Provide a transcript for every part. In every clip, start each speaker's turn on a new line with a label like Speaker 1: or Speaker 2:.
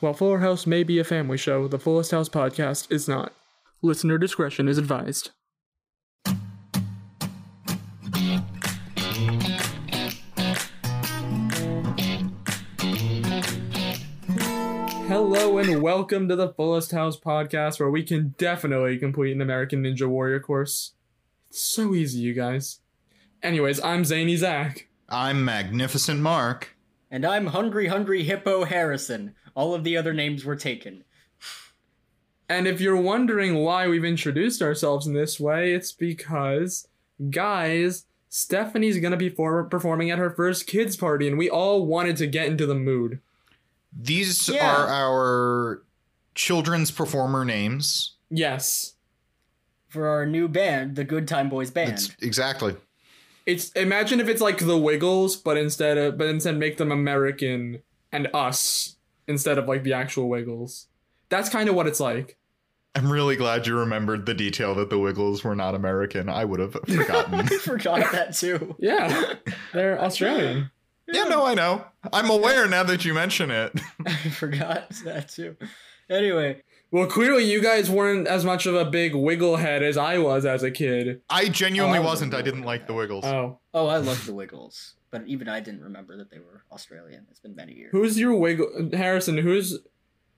Speaker 1: While Fuller House may be a family show, the Fullest House podcast is not. Listener discretion is advised. Hello and welcome to the Fullest House podcast, where we can definitely complete an American Ninja Warrior course. It's so easy, you guys. Anyways, I'm Zany Zach.
Speaker 2: I'm Magnificent Mark.
Speaker 3: And I'm Hungry Hungry Hippo Harrison. All of the other names were taken.
Speaker 1: And if you're wondering why we've introduced ourselves in this way, it's because, guys, Stephanie's gonna be for- performing at her first kids' party, and we all wanted to get into the mood.
Speaker 2: These
Speaker 3: Yeah.
Speaker 2: are our children's performer names.
Speaker 1: Yes,
Speaker 3: For our new band, the Good Time Boys Band.
Speaker 2: It's exactly.
Speaker 1: it's imagine if it's like the Wiggles, but instead of but instead make them American and us instead of like the actual Wiggles. That's kind of what it's like.
Speaker 2: I'm really glad you remembered the detail that the Wiggles were not American. I would have forgotten.
Speaker 3: I forgot that too.
Speaker 1: Yeah, they're Australian.
Speaker 2: yeah, no, I know. I'm aware now that you mention it.
Speaker 3: I forgot that too. Anyway,
Speaker 1: Well, clearly you guys weren't as much of a big wiggle head as I was as a kid.
Speaker 2: I genuinely
Speaker 3: Oh, I
Speaker 2: wasn't. I
Speaker 3: remember
Speaker 2: didn't like the Wiggles.
Speaker 1: Oh,
Speaker 3: oh, I love the Wiggles, but even I didn't remember that they were Australian. It's been many years.
Speaker 1: who's your wiggle Harrison? Who's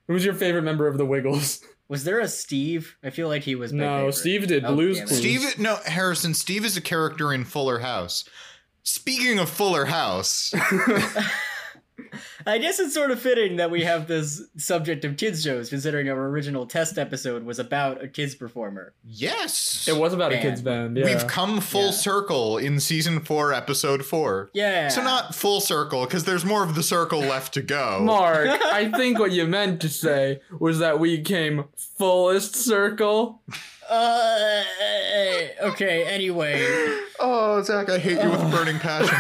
Speaker 1: who's your favorite member of the Wiggles?
Speaker 3: Was there a Steve? I feel like he was. My
Speaker 1: No,
Speaker 3: favorite.
Speaker 1: Steve did.
Speaker 3: Oh,
Speaker 1: Blue's
Speaker 3: damn it.
Speaker 1: Clues.
Speaker 2: Steve, no, Harrison, Steve is a character in Fuller House. Speaking of Fuller House,
Speaker 3: I guess it's sort of fitting that we have this subject of kids shows, considering our original test episode was about a kids performer.
Speaker 2: yes.
Speaker 1: it was about a
Speaker 3: Band.
Speaker 1: kids band. Yeah.
Speaker 2: We've come full
Speaker 3: Yeah.
Speaker 2: circle in season four, episode four.
Speaker 3: Yeah.
Speaker 2: So not full circle, because there's more of the circle left to go.
Speaker 1: Mark, I think what you meant to say was that we came fullest circle.
Speaker 3: Uh, okay. Anyway,
Speaker 2: Oh, Zach, I hate you with a burning passion.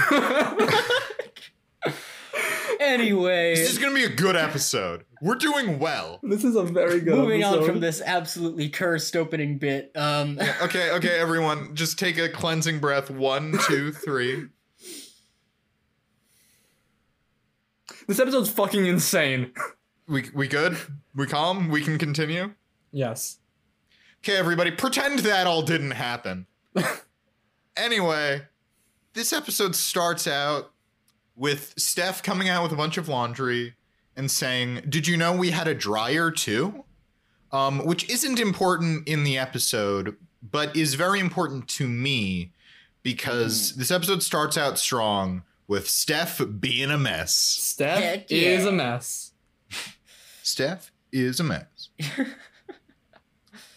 Speaker 3: anyway.
Speaker 2: this is gonna be a good episode. We're doing well.
Speaker 1: This is a very good
Speaker 3: Moving on
Speaker 1: episode.
Speaker 3: from this absolutely cursed opening bit. Um,
Speaker 2: Okay, okay, everyone, just take a cleansing breath. One, two, three.
Speaker 1: This episode's fucking insane.
Speaker 2: We we good? We calm? We can continue.
Speaker 1: Yes.
Speaker 2: Okay, everybody, pretend that all didn't happen. anyway, this episode starts out with Steph coming out with a bunch of laundry and saying, Did you know we had a dryer too? Um, which isn't important in the episode, but is very important to me because this episode starts out strong with Steph being a mess.
Speaker 1: Steph
Speaker 3: Heck
Speaker 1: is
Speaker 3: yeah.
Speaker 1: a mess.
Speaker 2: Steph is a mess.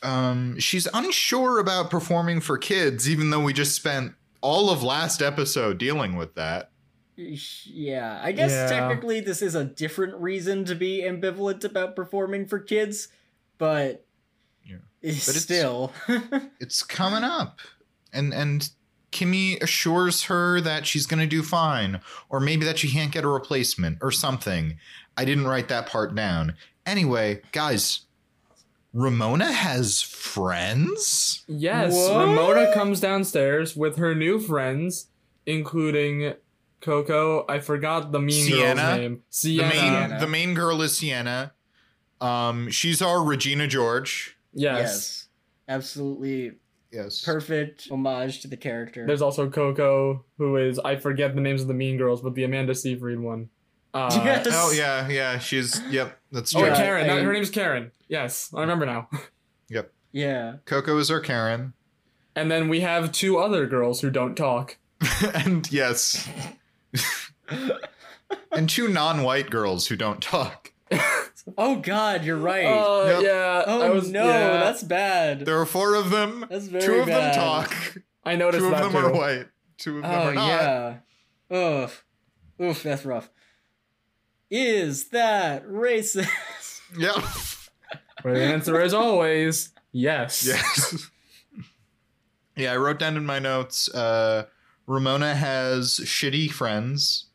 Speaker 2: um, she's unsure about performing for kids, even though we just spent all of last episode dealing with that.
Speaker 3: yeah, I guess
Speaker 1: Yeah.
Speaker 3: technically this is a different reason to be ambivalent about performing for kids, but,
Speaker 2: Yeah.
Speaker 3: it's
Speaker 2: But it's-
Speaker 3: still.
Speaker 2: It's coming up, and and Kimmy assures her that she's gonna do fine, or maybe that she can't get a replacement or something. I didn't write that part down. Anyway, guys, Ramona has friends.
Speaker 1: Yes,
Speaker 3: What?
Speaker 1: Ramona comes downstairs with her new friends, including Coco. I forgot the mean
Speaker 2: Sienna?
Speaker 1: girl's name.
Speaker 2: The
Speaker 1: Sienna.
Speaker 2: main
Speaker 3: Sienna.
Speaker 2: the main girl is Sienna. Um, she's our Regina George.
Speaker 1: Yes.
Speaker 3: yes. Absolutely
Speaker 2: Yes.
Speaker 3: perfect homage to the character.
Speaker 1: There's also Coco, who is I forget the names of the mean girls, but the Amanda Seyfried one. Uh,
Speaker 3: Yes.
Speaker 2: Oh yeah, yeah. She's yep. That's
Speaker 1: Oh,
Speaker 2: true.
Speaker 1: wait,
Speaker 3: Yeah,
Speaker 1: Karen. that-
Speaker 3: I-
Speaker 1: her name's Karen. Yes, I remember now.
Speaker 3: yeah.
Speaker 2: Coco is our Karen,
Speaker 1: And then we have two other girls who don't talk.
Speaker 2: and yes, and two non-white girls who don't talk.
Speaker 3: Oh God, you're right.
Speaker 1: Oh
Speaker 2: Yep.
Speaker 1: yeah.
Speaker 3: oh
Speaker 1: I was,
Speaker 3: no,
Speaker 1: yeah,
Speaker 3: that's bad.
Speaker 2: There are four of them.
Speaker 3: That's very
Speaker 2: two of
Speaker 3: bad.
Speaker 2: them talk.
Speaker 1: I noticed
Speaker 2: Two of
Speaker 1: that
Speaker 2: them
Speaker 1: too.
Speaker 2: are white. Two of them
Speaker 3: Oh
Speaker 2: are not.
Speaker 3: yeah. Ugh. Oof, that's rough. Is that racist?
Speaker 2: Yep.
Speaker 1: Where the answer is always yes.
Speaker 2: Yes. yeah, I wrote down in my notes. Uh, Ramona has shitty friends.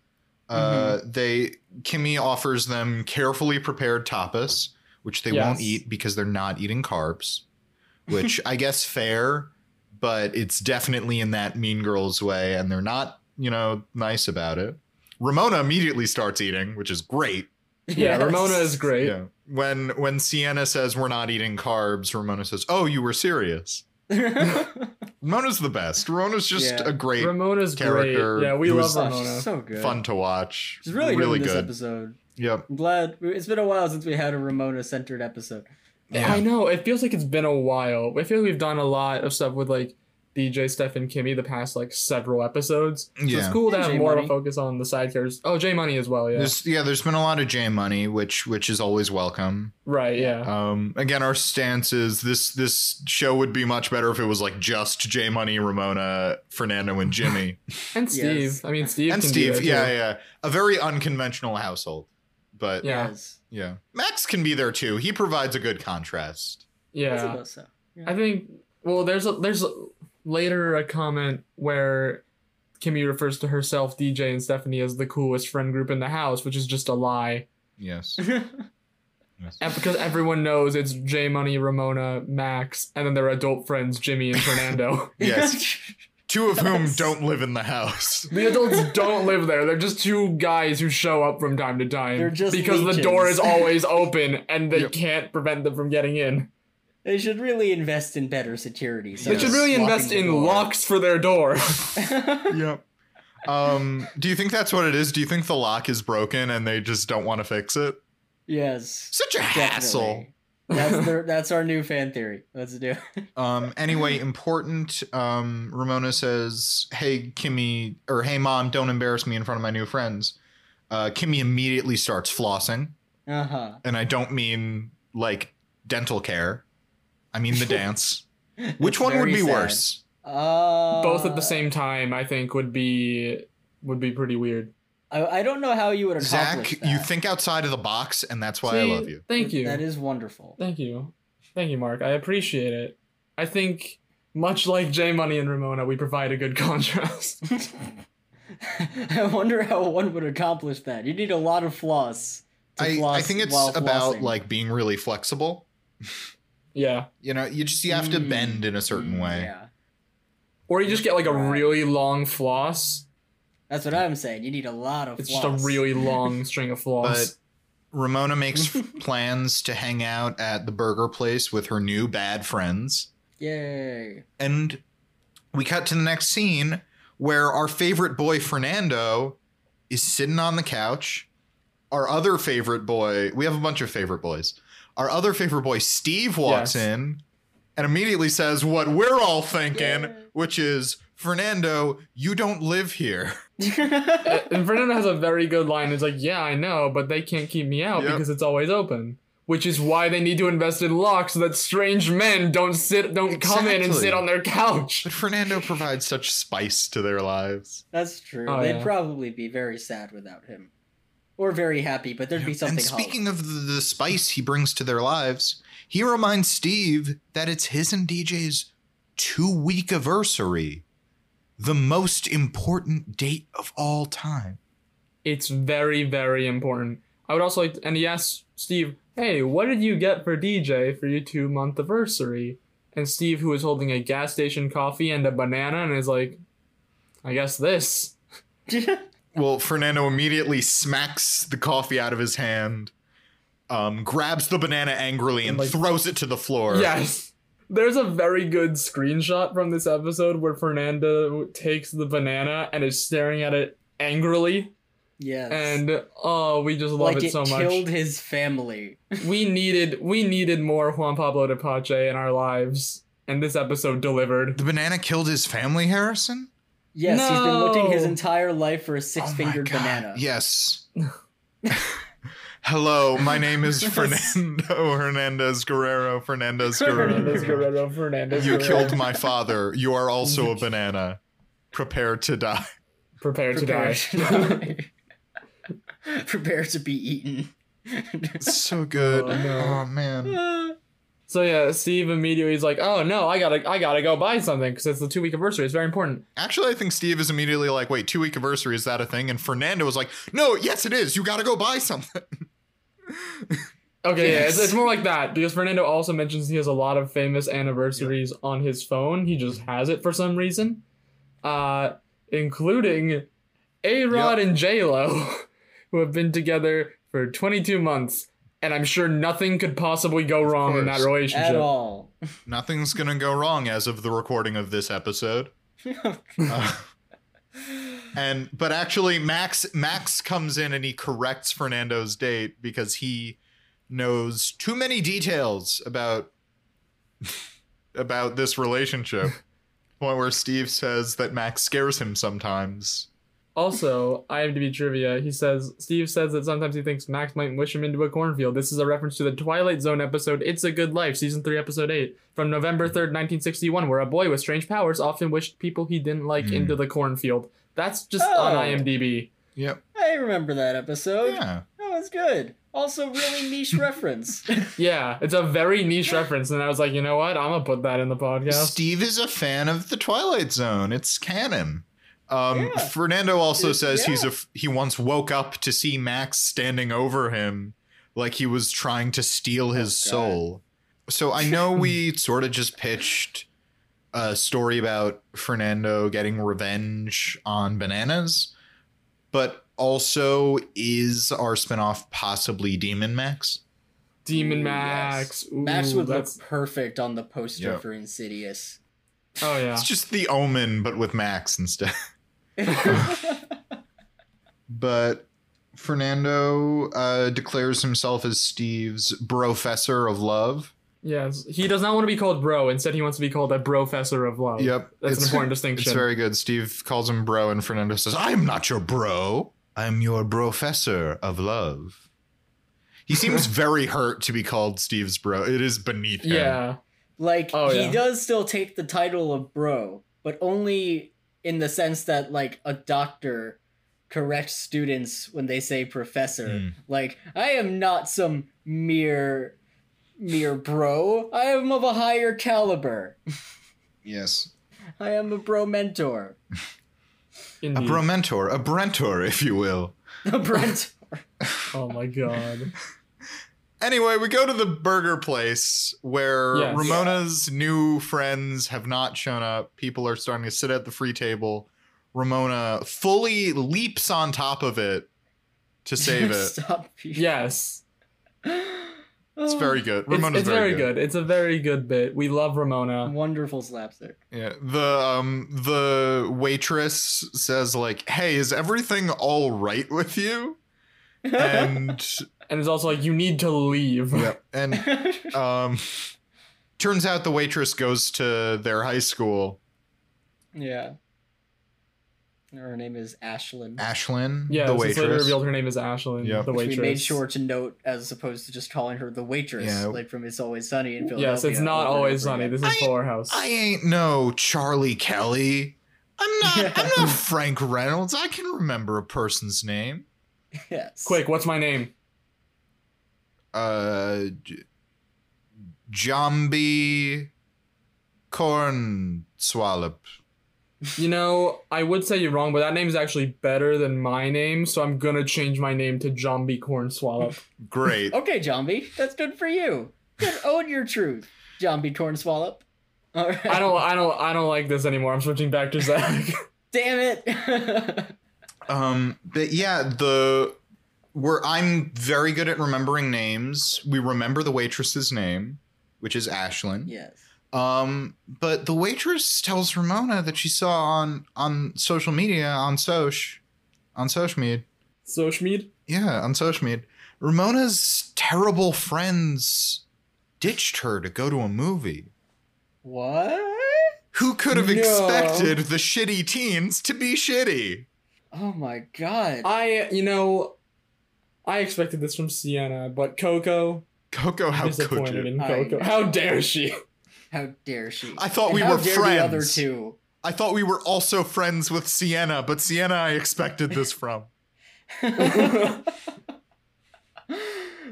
Speaker 2: Uh, They Kimmy offers them carefully prepared tapas, which they won't
Speaker 1: Yes.
Speaker 2: eat because they're not eating carbs. Which I guess fair, but it's definitely in that mean girls way, and they're not you know nice about it. Ramona immediately starts eating, which is great.
Speaker 1: Yeah,
Speaker 3: Yes.
Speaker 1: Ramona is great.
Speaker 2: Yeah. When when Sienna says we're not eating carbs, Ramona says, "Oh, you were serious." Ramona's the best. Ramona's just
Speaker 3: Yeah.
Speaker 2: a great,
Speaker 1: Ramona's
Speaker 2: Character
Speaker 1: great. Yeah, we
Speaker 2: who
Speaker 1: love
Speaker 2: is-
Speaker 1: Ramona.
Speaker 3: She's so good.
Speaker 2: fun to watch.
Speaker 3: She's really,
Speaker 2: really
Speaker 3: good in this
Speaker 2: good.
Speaker 3: episode.
Speaker 2: Yep.
Speaker 3: I'm glad it's been a while since we had a Ramona centered episode.
Speaker 1: I know. It feels like it's been a while. I feel like we've done a lot of stuff with like DJ, Steph, and Kimmy the past like several episodes. So it's
Speaker 2: Yeah.
Speaker 1: cool to
Speaker 3: And
Speaker 1: have
Speaker 3: J
Speaker 1: more of
Speaker 3: Money.
Speaker 1: a focus on the side characters. Oh, J Money as well. Yeah.
Speaker 2: There's yeah, there's been a lot of J money, which which is always welcome.
Speaker 1: right. Yeah.
Speaker 2: Um, again, our stance is this this show would be much better if it was like just J Money, Ramona, Fernando, and Jimmy,
Speaker 1: And Steve.
Speaker 3: Yes.
Speaker 1: I mean, Steve.
Speaker 2: and
Speaker 1: can
Speaker 2: Steve.
Speaker 1: Do it,
Speaker 2: Yeah,
Speaker 1: too.
Speaker 2: yeah, a very unconventional household, but yeah.
Speaker 1: Yeah.
Speaker 3: Yes.
Speaker 2: Max can be there too. He provides a good contrast.
Speaker 3: I
Speaker 1: Yeah.
Speaker 3: suppose so. Yeah.
Speaker 1: I think. Well, there's a there's a, later a comment where Kimmy refers to herself, DJ, and Stephanie as the coolest friend group in the house, which is just a lie,
Speaker 2: Yes. yes.
Speaker 1: and because everyone knows it's J Money, Ramona, Max, and then their adult friends Jimmy and Fernando.
Speaker 2: Yes. Two of whom
Speaker 3: Yes.
Speaker 2: don't live in the house.
Speaker 1: the adults don't live there; they're just two guys who show up from time to time.
Speaker 3: They're just
Speaker 1: because the door
Speaker 3: leeches.
Speaker 1: is always open, and they
Speaker 2: Yep.
Speaker 1: can't prevent them from getting in.
Speaker 3: They should really invest in better security.
Speaker 1: They should really
Speaker 3: locking
Speaker 1: invest
Speaker 3: the
Speaker 1: in
Speaker 3: door.
Speaker 1: locks for their door.
Speaker 2: yep. Um, do you think that's what it is? Do you think the lock is broken and they just don't want to fix it?
Speaker 3: yes.
Speaker 2: Such a hassle.
Speaker 3: Definitely. That's their, that's our new fan theory. Let's do. it.
Speaker 2: Um, anyway, important. Um, Ramona says, "Hey, Kimmy, or hey, mom, don't embarrass me in front of my new friends." Uh, Kimmy immediately starts flossing,
Speaker 3: Uh huh.
Speaker 2: and I don't mean like dental care. I mean the dance. Which
Speaker 3: It's
Speaker 2: one would
Speaker 3: very
Speaker 2: be
Speaker 3: sad.
Speaker 2: worse?
Speaker 3: Uh,
Speaker 1: both at the same time i think would be would be pretty weird
Speaker 3: I, I don't know how you would accomplish
Speaker 2: Zach,
Speaker 3: that.
Speaker 2: you think outside of the box, and that's why I
Speaker 1: See,
Speaker 2: love you.
Speaker 1: thank you
Speaker 3: That is wonderful.
Speaker 1: thank you thank you mark i appreciate it i think much like j money and ramona we provide a good contrast
Speaker 3: I wonder how one would accomplish that. You need a lot of floss. To
Speaker 2: I,
Speaker 3: floss
Speaker 2: I think it's
Speaker 3: while
Speaker 2: about
Speaker 3: flossing.
Speaker 2: like being really flexible.
Speaker 1: yeah
Speaker 2: You know, you just you have to
Speaker 3: Mm.
Speaker 2: bend in a certain
Speaker 3: Mm,
Speaker 2: way.
Speaker 3: Yeah,
Speaker 1: or you just get like a really long floss
Speaker 3: that's what I'm saying. You need a lot of.
Speaker 1: it's
Speaker 3: floss.
Speaker 1: just a really long string of
Speaker 2: But
Speaker 1: floss
Speaker 2: Ramona makes f- plans to hang out at the burger place with her new bad friends.
Speaker 3: Yay!
Speaker 2: And we cut to the next scene where our favorite boy, Fernando, is sitting on the couch. Our other favorite boy, we have a bunch of favorite boys. Our other favorite boy, Steve, walks
Speaker 1: Yes.
Speaker 2: in and immediately says what we're all thinking,
Speaker 3: Yeah.
Speaker 2: which is Fernando, you don't live here.
Speaker 1: Uh, and fernando has a very good line it's like yeah i know but they can't keep me out
Speaker 2: Yep.
Speaker 1: because it's always open which is why they need to invest in locks so that strange men don't sit don't come in and
Speaker 2: Exactly.
Speaker 1: sit on their couch
Speaker 2: But Fernando provides such spice to their lives.
Speaker 3: that's true.
Speaker 1: Oh,
Speaker 3: They'd
Speaker 1: yeah.
Speaker 3: probably be very sad without him, or very happy. But there'd be something.
Speaker 2: And speaking of the, the spice he brings to their lives, he reminds Steve that it's his and DJ's two week anniversary, the most important date of all time.
Speaker 1: It's very, very important. I would also like, and he asks Steve, "Hey, what did you get for DJ for your two month anniversary?" And Steve, who is holding a gas station coffee and a banana, and is like, "I guess this."
Speaker 3: of
Speaker 2: Well, Fernando immediately smacks the coffee out of his hand, um, grabs the banana angrily, and
Speaker 1: Like-
Speaker 2: throws it to the floor.
Speaker 1: Yes. There's a very good screenshot from this episode where Fernando takes the banana and is staring at it angrily,
Speaker 3: yes,
Speaker 1: and oh, we just love
Speaker 3: like
Speaker 1: it so
Speaker 3: killed
Speaker 1: much.
Speaker 3: his family.
Speaker 1: We needed, we needed more Juan Pablo de Pache in our lives, and this episode delivered.
Speaker 2: The banana killed his family, Harrison?
Speaker 3: Yes, he's been looking his
Speaker 1: No.
Speaker 3: entire life for
Speaker 2: Oh
Speaker 3: a
Speaker 2: my
Speaker 3: six-fingered
Speaker 2: God,
Speaker 3: banana.
Speaker 2: Yes. Hello, my name is Fernando Hernandez Guerrero. Fernandez
Speaker 1: Fernandez
Speaker 2: Guerrero.
Speaker 1: Guerrero Fernandez.
Speaker 2: You
Speaker 1: Guerrero.
Speaker 2: killed my father. You are also a banana. Prepare to die.
Speaker 1: Prepare to die.
Speaker 3: die. Prepare to be eaten.
Speaker 2: It's so good.
Speaker 1: Oh, no.
Speaker 2: Oh, man.
Speaker 1: so yeah, Steve immediately is like, "Oh no, I gotta, I gotta go buy something because it's the two week anniversary. It's very important."
Speaker 2: Actually, I think Steve is immediately like, "Wait, two week anniversary is that a thing?" And Fernando was like, "No, yes, it is. You got to go buy something."
Speaker 1: Okay, yeah,
Speaker 3: Yes.
Speaker 1: it's, it's more like that because Fernando also mentions he has a lot of famous anniversaries on his phone. He just has it for some reason, uh, including A Rod and J Lo, who have been together for 22 months, and I'm sure nothing could possibly go wrong in that
Speaker 2: course.
Speaker 3: at
Speaker 1: relationship.
Speaker 3: all.
Speaker 2: Nothing's gonna go wrong as of the recording of this episode. Uh, and but actually, Max Max comes in and he corrects Fernando's date because he knows too many details about about this relationship. Point where Steve says that Max scares him sometimes.
Speaker 1: Also, IMDb trivia. He says Steve says that sometimes he thinks Max might wish him into a cornfield. This is a reference to the Twilight Zone episode "It's a Good Life," season three, episode eight, from November third, nineteen sixty-one, where a boy with strange powers often wished people he didn't like
Speaker 2: Hmm.
Speaker 1: into the cornfield. That's just on
Speaker 3: Oh.
Speaker 1: IMDb.
Speaker 2: Yep.
Speaker 3: I remember that episode.
Speaker 2: Yeah.
Speaker 3: That was good. Also, really niche reference.
Speaker 1: Yeah, it's a very niche reference, and I was like, you know what? I'm gonna put that in the podcast.
Speaker 2: Steve is a fan of the Twilight Zone. It's canon. Um,
Speaker 3: Yeah.
Speaker 2: Fernando also
Speaker 3: It-
Speaker 2: says he's
Speaker 3: yeah.
Speaker 2: a f- he once woke up to see Max standing over him, like he was trying to steal his
Speaker 3: Oh, God.
Speaker 2: soul. So I know we sort of just pitched a story about Fernando getting revenge on bananas, but also is our spinoff possibly Demon Max?
Speaker 1: Demon
Speaker 3: Ooh,
Speaker 1: Max. Ooh,
Speaker 3: Max would look
Speaker 1: that's-
Speaker 3: perfect on the poster
Speaker 2: Yeah.
Speaker 3: for Insidious.
Speaker 1: Oh yeah.
Speaker 2: It's just the Omen, but with Max instead. but Fernando uh, declares himself as Steve's professor of love.
Speaker 1: Yes, he does not want to be called bro. Instead, he wants to be called a professor of love.
Speaker 2: Yep,
Speaker 1: Oh, that's an
Speaker 2: it's-
Speaker 1: important
Speaker 2: It's
Speaker 1: distinction.
Speaker 2: very good. Steve calls him bro, and Fernando says, "I am not your bro. I'm your professor of love." He seems very hurt to be called Steve's bro. It is beneath him.
Speaker 1: yeah,
Speaker 3: like
Speaker 1: Oh,
Speaker 3: he
Speaker 1: yeah.
Speaker 3: does still take the title of bro, but only in the sense that like a doctor corrects students when they say professor.
Speaker 2: Hmm.
Speaker 3: Like I am not some mere mere bro. I am of a higher caliber.
Speaker 2: Yes.
Speaker 3: I am a bro mentor.
Speaker 2: A
Speaker 1: indeed.
Speaker 2: bro mentor, a brentor, if you will.
Speaker 3: A Brent.
Speaker 1: oh my god.
Speaker 2: Anyway, we go to the burger place where
Speaker 1: Yes.
Speaker 2: Ramona's new friends have not shown up. People are starting to sit at the free table. Ramona fully leaps on top of it to save it.
Speaker 3: Stop.
Speaker 1: Yes,
Speaker 2: It's very good.
Speaker 1: it's,
Speaker 2: Ramona's
Speaker 1: it's very good. It's a very good bit. We love Ramona.
Speaker 3: wonderful slapstick.
Speaker 2: Yeah. The um the waitress says like, "Hey, is everything all right with you?" And
Speaker 1: And it's also like, you need to leave.
Speaker 2: yeah, and um turns out the waitress goes to their high school,
Speaker 3: yeah. Her name is Ashlyn.
Speaker 2: Ashlyn,
Speaker 1: Yeah,
Speaker 2: the
Speaker 1: so it's later
Speaker 2: waitress.
Speaker 1: revealed her name is Ashlyn,
Speaker 2: Yep.
Speaker 1: the
Speaker 3: Which
Speaker 1: waitress.
Speaker 3: we made sure to note as opposed to just calling her the waitress,
Speaker 2: Yeah.
Speaker 3: like from It's Always Sunny in Philadelphia.
Speaker 1: Yes, it's not
Speaker 3: over and
Speaker 1: always
Speaker 3: over
Speaker 1: sunny.
Speaker 3: again.
Speaker 1: This
Speaker 2: I-
Speaker 1: is Fuller House.
Speaker 2: I ain't no Charlie Kelly. I'm not.
Speaker 3: Yeah.
Speaker 2: I'm not Frank Reynolds. I can remember a person's name.
Speaker 3: Yes.
Speaker 1: Quick, what's my name?
Speaker 2: Uh, J- Jambi Corn Swallop.
Speaker 1: You know, I would say you're wrong, but that name's actually better than my name, so I'm gonna change my name to Zombie Corn Swallow.
Speaker 2: Great.
Speaker 3: Okay, Jambi, that's good for you. Good, own your truth, Jambi Cornswallop. All right.
Speaker 1: I don't, I don't, I don't like this anymore. I'm switching back to Zach.
Speaker 3: Damn it.
Speaker 2: Um, but yeah, the where I'm very good at remembering names. We remember the waitress's name, which is Ashlyn.
Speaker 3: yes.
Speaker 2: Um, but the waitress tells Ramona that she saw on on social media on Soch, on Sochmead.
Speaker 1: so Schmied,
Speaker 2: Yeah, on Sochmead. Ramona's terrible friends ditched her to go to a movie.
Speaker 3: What?
Speaker 2: Who could have
Speaker 1: No.
Speaker 2: expected the shitty teens to be shitty?
Speaker 3: Oh my god.
Speaker 1: I, you know, I expected this from Sienna, but Coco
Speaker 2: Coco, how could
Speaker 1: disappointed
Speaker 2: you?
Speaker 1: in
Speaker 3: I
Speaker 1: Coco.
Speaker 3: know.
Speaker 1: How dare she?
Speaker 3: how dare she?
Speaker 2: I thought
Speaker 3: And
Speaker 2: we
Speaker 3: how
Speaker 2: were
Speaker 3: dare
Speaker 2: friends.
Speaker 3: The other two.
Speaker 2: I thought we were also friends with Sienna, but Sienna I expected this from.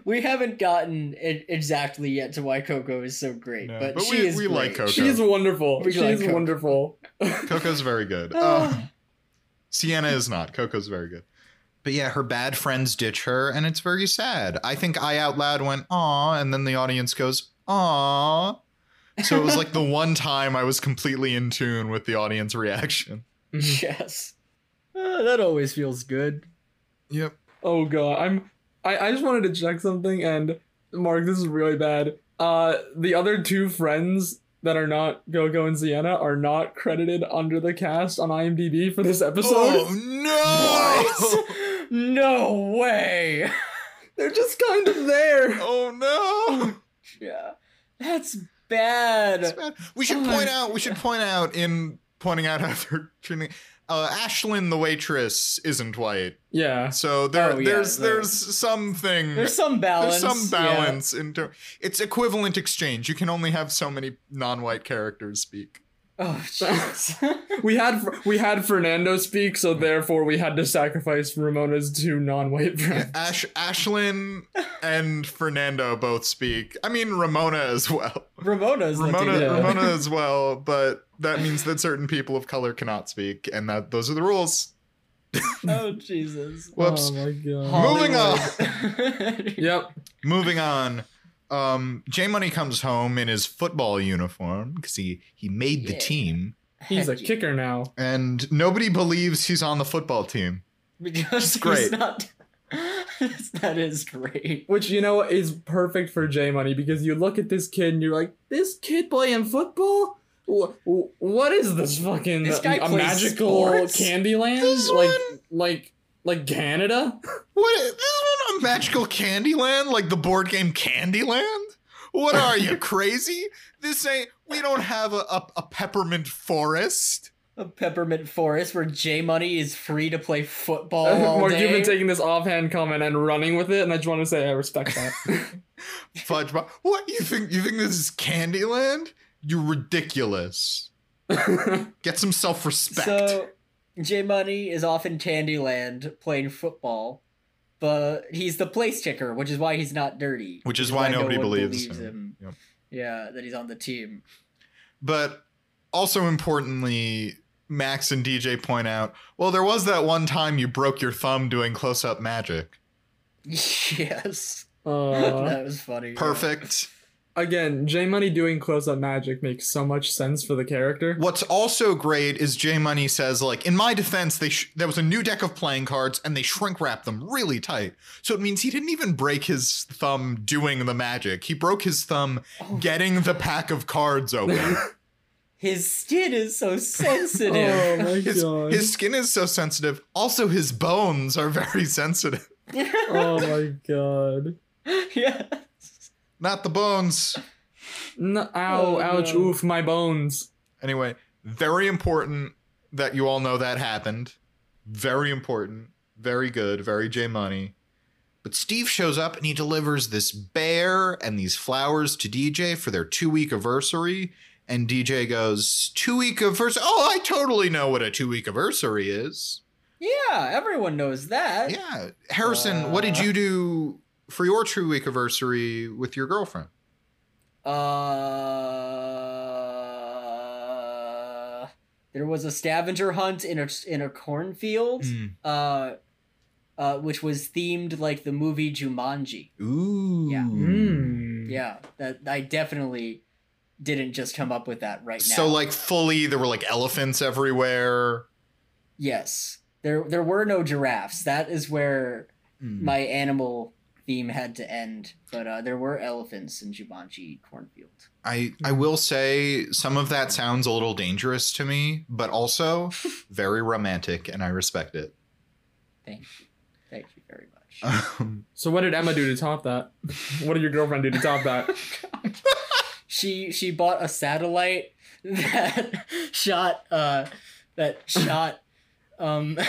Speaker 3: we haven't gotten it exactly yet to why Coco is so great,
Speaker 2: No,
Speaker 3: but,
Speaker 2: but
Speaker 3: she
Speaker 2: we-
Speaker 3: is
Speaker 2: we like
Speaker 3: great.
Speaker 2: Coco.
Speaker 1: She's wonderful.
Speaker 3: We
Speaker 1: She's
Speaker 3: like Coco.
Speaker 1: wonderful.
Speaker 2: Coco's very good.
Speaker 3: Oh.
Speaker 2: Uh, Sienna is not. Coco's very good. But yeah, her bad friends ditch her, and it's very sad. I think I out loud went, aw, and then the audience goes, aw. So it was like the one time I was completely in tune with the audience reaction.
Speaker 1: Mm-hmm.
Speaker 3: yes. Uh, that always feels good.
Speaker 2: Yep.
Speaker 1: Oh god, I'm I, I just wanted to check something, and Mark, this is really bad. Uh, the other two friends that are not Gogo and Sienna are not credited under the cast on IMDb for this episode.
Speaker 2: oh
Speaker 3: no way.
Speaker 1: They're just kind of there.
Speaker 2: no! oh no!
Speaker 3: Yeah. That's bad.
Speaker 2: It's bad. We should
Speaker 3: Oh,
Speaker 2: point
Speaker 3: my-
Speaker 2: out. We should point out in pointing out how they're treating. Uh, Ashlyn, the waitress, isn't white,
Speaker 1: Yeah.
Speaker 2: so there,
Speaker 3: Oh, yeah,
Speaker 2: there's
Speaker 3: there-
Speaker 2: there's something.
Speaker 3: There's some balance.
Speaker 2: there's some
Speaker 3: yeah.
Speaker 2: balance in ter- It's equivalent exchange. You can only have so many non-white characters speak.
Speaker 3: Oh, jeez.
Speaker 1: We had we had Fernando speak, so therefore we had to sacrifice Ramona's two non-white friends.
Speaker 2: Ash, Ashlyn, and Fernando both speak. I mean Ramona as well.
Speaker 3: Ramona's
Speaker 2: Ramona,
Speaker 1: yeah.
Speaker 2: Ramona as well. But that means that certain people of color cannot speak, and that those are the rules.
Speaker 3: Oh, Jesus.
Speaker 1: Oh
Speaker 2: Whoops.
Speaker 1: my god.
Speaker 2: Moving on.
Speaker 3: on.
Speaker 1: Yep.
Speaker 2: Moving on. Um, J Money comes home in his football uniform because he he made the
Speaker 3: Yeah.
Speaker 2: team,
Speaker 1: He's a kicker now.
Speaker 2: and nobody believes he's on the football team.
Speaker 3: Because
Speaker 2: great.
Speaker 3: he's not. that is great.
Speaker 1: Which you know is perfect for J Money because you look at this kid and you're like, this kid playing football? Wh- wh- What is this fucking
Speaker 3: This guy
Speaker 1: a
Speaker 3: plays
Speaker 1: magical
Speaker 3: sports?
Speaker 1: Candyland?
Speaker 2: This
Speaker 1: like
Speaker 2: one-
Speaker 1: like like Canada?
Speaker 2: What is this one a magical Candyland like the board game Candyland? What are you crazy? This ain't we don't have a, a, a peppermint forest.
Speaker 3: A peppermint forest where J Money is free to play football all
Speaker 1: Mark, you've
Speaker 3: day.
Speaker 1: been taking this offhand comment and running with it, and I just want to say I respect that.
Speaker 2: Fudge bo- What you think you think this is Candyland? You're ridiculous. Get some self-respect.
Speaker 3: so, J Money is off in Candyland playing football, but he's the place kicker, which is why he's not dirty.
Speaker 2: Which is why nobody
Speaker 3: one
Speaker 2: believes him. Yep.
Speaker 3: Yeah, that he's on the team.
Speaker 2: But also importantly, Max and DJ point out, well, there was that one time you broke your thumb doing close up magic.
Speaker 3: Yes.
Speaker 1: Uh,
Speaker 3: that was funny.
Speaker 2: Perfect.
Speaker 1: again, J Money doing close up magic makes so much sense for the character.
Speaker 2: What's also great is J Money says, like, in my defense, they sh- there was a new deck of playing cards and they shrink wrapped them really tight. So it means he didn't even break his thumb doing the magic. He broke his thumb
Speaker 3: Oh.
Speaker 2: getting the pack of cards open.
Speaker 3: His skin is so
Speaker 1: Oh
Speaker 3: sensitive.
Speaker 1: my
Speaker 2: his,
Speaker 1: god.
Speaker 2: his skin is so sensitive. Also, his bones are very sensitive.
Speaker 1: oh my god.
Speaker 3: yeah.
Speaker 2: Not the bones.
Speaker 1: No, ow,
Speaker 3: Oh,
Speaker 1: ouch,
Speaker 3: no.
Speaker 1: oof, my bones.
Speaker 2: Anyway, very important that you all know that happened. Very important. Very good. Very J Money. But Steve shows up and he delivers this bear and these flowers to DJ for their two week anniversary. And DJ goes, Two week anniversary. Oh, I totally know what a two week anniversary is.
Speaker 3: Yeah, everyone knows that.
Speaker 2: Yeah. Harrison, what did
Speaker 3: Uh.
Speaker 2: you do for your two week anniversary with your girlfriend?
Speaker 3: Uh, there was a scavenger hunt in a in a cornfield, uh, uh, which was themed like the movie Jumanji.
Speaker 2: Ooh.
Speaker 3: Yeah.
Speaker 1: Mm.
Speaker 3: Yeah, that I definitely didn't just come up with that right now.
Speaker 2: So, like, fully, there were like elephants everywhere.
Speaker 3: yes, there there were no giraffes. That is where
Speaker 2: Mm. Mm-hmm.
Speaker 3: my animal theme had to end. But uh, there were elephants in Jumanji cornfield.
Speaker 2: I I will say some of that sounds a little dangerous to me, but also very romantic, and I respect it.
Speaker 3: Thank you, thank you very much.
Speaker 2: Um,
Speaker 1: So what did Emma do to top that? What did your girlfriend do to top that?
Speaker 3: she she bought a satellite that shot uh that shot um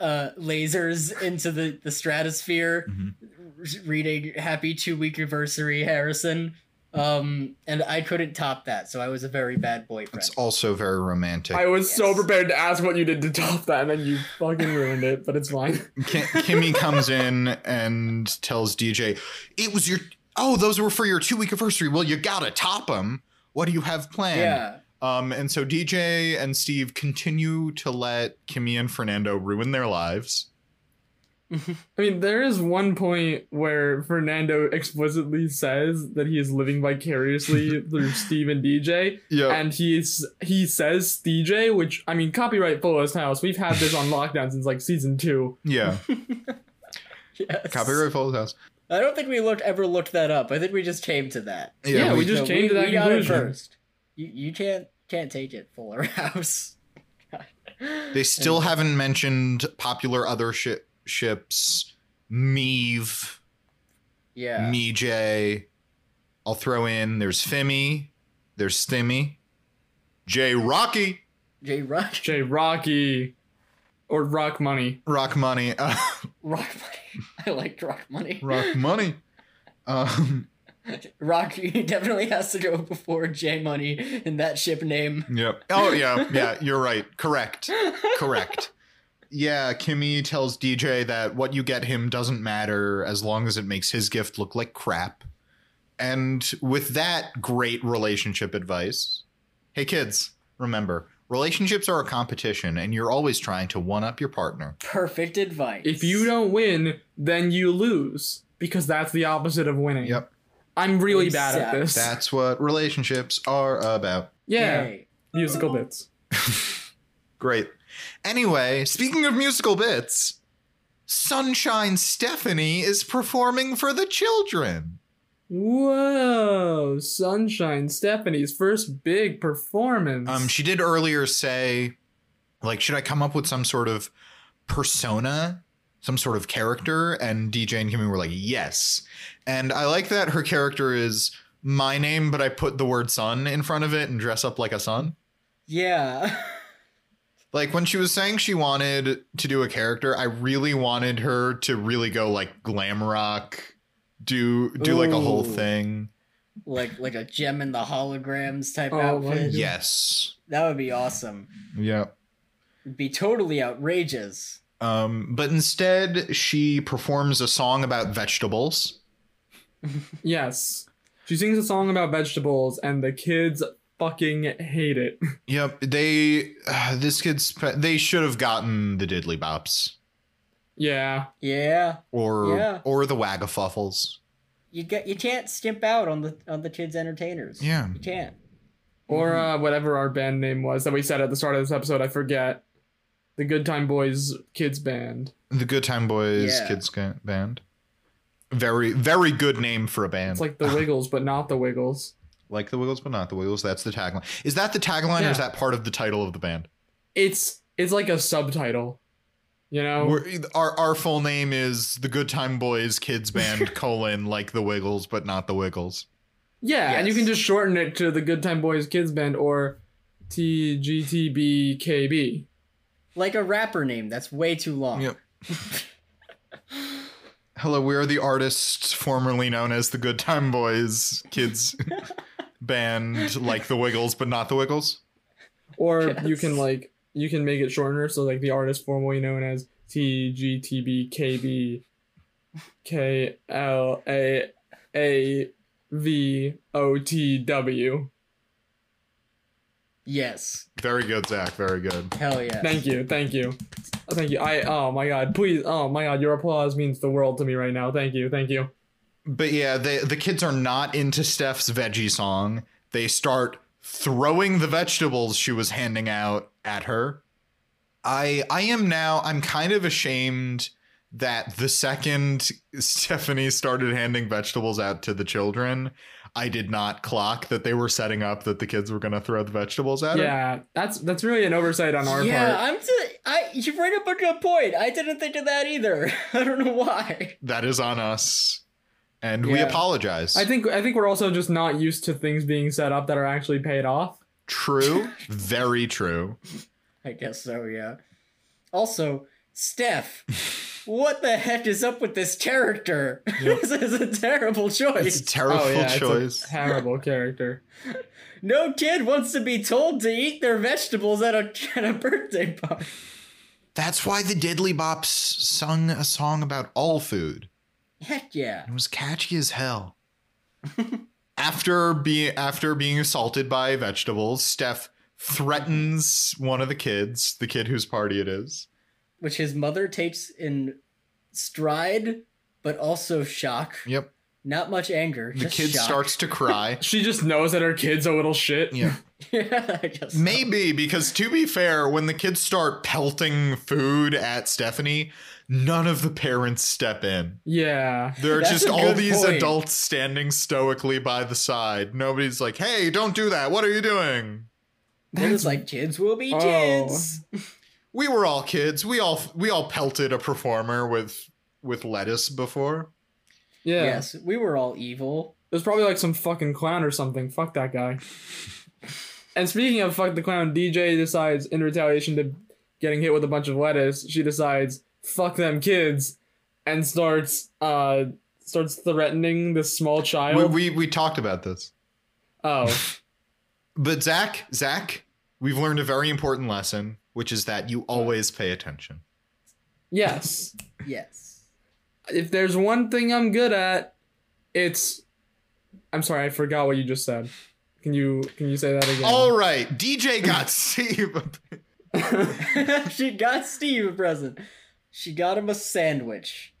Speaker 3: uh lasers into the the stratosphere
Speaker 2: Mhm.
Speaker 1: Mm-hmm.
Speaker 3: r- reading happy two week anniversary harrison um and i couldn't top that so i was a very bad boyfriend
Speaker 2: it's also very romantic.
Speaker 1: I was so
Speaker 3: Yes.
Speaker 1: prepared to ask what you did to top that, and then you fucking ruined it. But it's fine.
Speaker 2: Ki- Kimmy comes in and tells DJ, "It was your oh, those were for your two week anniversary. Well, you gotta top them. What do you have planned?"
Speaker 3: yeah
Speaker 2: Um, and so DJ and Steve continue to let Kimmy and Fernando ruin their lives.
Speaker 1: I mean, there is one point where Fernando explicitly says that he is living vicariously through Steve and DJ,
Speaker 2: Yeah.
Speaker 1: and he's he says DJ, which I mean, copyright Fullest House. We've had this on lockdown since like season two.
Speaker 2: Yeah.
Speaker 3: Yes.
Speaker 2: Copyright Full House.
Speaker 3: I don't think we looked ever looked that up. I think we just came to that.
Speaker 1: Yeah, we just- came to that
Speaker 3: got it
Speaker 1: conclusion.
Speaker 3: first. You you can't can't take it Fuller House.
Speaker 2: They still haven't mentioned popular other ship ships. Meave,
Speaker 3: yeah.
Speaker 2: Meej. I'll throw in. There's Femi. There's Stimmy. J Rocky.
Speaker 3: J Rock
Speaker 1: Jay Rocky or Rock Money.
Speaker 2: Rock money. Uh,
Speaker 3: Rock Money. I liked Rock Money.
Speaker 2: rock money. Um,
Speaker 3: Rocky definitely has to go before J Money in that ship name.
Speaker 2: yep. Oh yeah. Yeah. You're right. Correct. Correct. Yeah, Kimmy tells DJ that what you get him doesn't matter as long as it makes his gift look like crap. And with that great relationship advice, hey kids, remember, relationships are a competition and you're always trying to one up your partner.
Speaker 3: Perfect advice.
Speaker 1: If you don't win, then you lose because that's the opposite of winning.
Speaker 2: Yep.
Speaker 1: I'm really bad at
Speaker 3: Exact-
Speaker 1: this.
Speaker 2: That's what relationships are about.
Speaker 1: yeah.
Speaker 3: Yay.
Speaker 1: Musical bits.
Speaker 2: Great. Anyway, speaking of musical bits, Sunshine Stephanie is performing for the children.
Speaker 1: Whoa, Sunshine Stephanie's first big performance.
Speaker 2: Um, she did earlier say, like, should I come up with some sort of persona, some sort of character? And DJ and Kimmy were like, yes. And I like that her character is my name, but I put the word sun in front of it and dress up like a sun.
Speaker 3: Yeah.
Speaker 2: Like when she was saying she wanted to do a character, I really wanted her to really go like glam rock, do do like a whole
Speaker 3: Ooh.
Speaker 2: thing.
Speaker 3: like like a gem in the holograms type
Speaker 1: Oh,
Speaker 3: outfit.
Speaker 1: yeah.
Speaker 2: Yes.
Speaker 3: That would be awesome.
Speaker 2: Yeah.
Speaker 3: It'd be totally outrageous.
Speaker 2: Um, but instead, she performs a song about vegetables.
Speaker 1: yes. She sings a song about vegetables and the kids fucking hate it.
Speaker 2: Yep, they uh, this kid's pe- they should have gotten the diddly bops
Speaker 1: yeah.
Speaker 3: Yeah.
Speaker 2: or
Speaker 3: Yeah.
Speaker 2: or the wagafuffles.
Speaker 3: You get you can't skimp out on the on the kids entertainers.
Speaker 2: Yeah.
Speaker 3: You can't.
Speaker 1: Or
Speaker 2: Mm-hmm.
Speaker 1: uh, whatever our band name was that we said at the start of this episode, I forget. The Good Time Boys Kids Band.
Speaker 2: The Good Time Boys
Speaker 3: Yeah.
Speaker 2: kids ga- band. Very very good name for a band.
Speaker 1: It's like the Wiggles, but not the Wiggles.
Speaker 2: Like the Wiggles but not the Wiggles. That's the tagline. Is that the tagline or is
Speaker 1: Yeah.
Speaker 2: that part of the title of the band?
Speaker 1: It's it's like a subtitle. You know?
Speaker 2: We're, our our full name is the Good Time Boys Kids Band colon like the Wiggles but not the Wiggles.
Speaker 1: yeah, and you
Speaker 3: Yes.
Speaker 1: can just shorten it to the Good Time Boys Kids Band or TGTBKB.
Speaker 3: Like a rapper name, that's way too long.
Speaker 2: Yep. Hello, we are the artists formerly known as the Good Time Boys Kids Band, like the Wiggles, but not the Wiggles.
Speaker 1: Or you
Speaker 3: Yes.
Speaker 1: can like you can make it shorter, so like the artist formerly known as TGTBKB K L A A V O T W.
Speaker 3: Yes.
Speaker 2: Very good, Zach. Very good.
Speaker 3: Hell yeah.
Speaker 1: Thank you, thank you. Thank you. I oh my god, please oh my god, your applause means the world to me right now. Thank you, thank you.
Speaker 2: But yeah, the the kids are not into Steph's veggie song. They start throwing the vegetables she was handing out at her. I I am now I'm kind of ashamed that the second Stephanie started handing vegetables out to the children, I did not clock that they were setting up that the kids were going to throw the vegetables at her.
Speaker 1: Yeah, that's that's really an oversight on our
Speaker 3: yeah,
Speaker 1: part.
Speaker 3: I'm t- I you bring up a good point. I didn't think of that either. I don't know why.
Speaker 2: That is on us. And we
Speaker 3: Yeah.
Speaker 2: apologize.
Speaker 1: I think I think we're also just not used to things being set up that are actually paid off.
Speaker 2: true, very true.
Speaker 3: I guess so, yeah. Also, Steph, what the heck is up with this character? this is a terrible
Speaker 2: It's
Speaker 3: choice.
Speaker 2: a terrible
Speaker 1: oh yeah, it's a
Speaker 2: choice.
Speaker 1: terrible character.
Speaker 3: no kid wants to be told to eat their vegetables at a, at a birthday party.
Speaker 2: That's why the Diddly Bops sung a song about all food.
Speaker 3: Heck yeah.
Speaker 2: It was catchy as hell. after being after being assaulted by vegetables, Steph threatens one of the kids, the kid whose party it is.
Speaker 3: Which his mother takes in stride, but also shock.
Speaker 2: Yep.
Speaker 3: Not much anger.
Speaker 2: The
Speaker 3: just
Speaker 2: kid
Speaker 3: shock.
Speaker 2: starts to cry.
Speaker 1: She just knows that her kid's a little shit.
Speaker 2: yeah.
Speaker 3: yeah, I guess. so.
Speaker 2: Maybe because to be fair, when the kids start pelting food at Stephanie, none of the parents step in.
Speaker 1: Yeah.
Speaker 2: There are
Speaker 3: That's
Speaker 2: just
Speaker 3: a
Speaker 2: all
Speaker 3: good
Speaker 2: these
Speaker 3: point.
Speaker 2: adults standing stoically by the side. Nobody's like, "Hey, don't do that. What are you doing?"
Speaker 3: They're just like kids will be
Speaker 1: Oh.
Speaker 3: kids.
Speaker 2: We were all kids. We all we all pelted a performer with with lettuce before.
Speaker 1: Yeah.
Speaker 3: Yes, we were all evil.
Speaker 1: It was probably like some fucking clown or something. Fuck that guy. and speaking of fuck the clown, DJ decides in retaliation to getting hit with a bunch of lettuce, she decides fuck them kids and starts uh starts threatening this small child.
Speaker 2: We, we we talked about this.
Speaker 1: oh,
Speaker 2: But Zach, Zach, we've learned a very important lesson, which is that you always pay attention.
Speaker 1: yes.
Speaker 3: Yes.
Speaker 1: If there's one thing I'm good at, it's I'm sorry, I forgot what you just said. Can you can you say that again?
Speaker 2: All right, DJ got Steve. a-
Speaker 3: she got Steve a present. She got him a sandwich.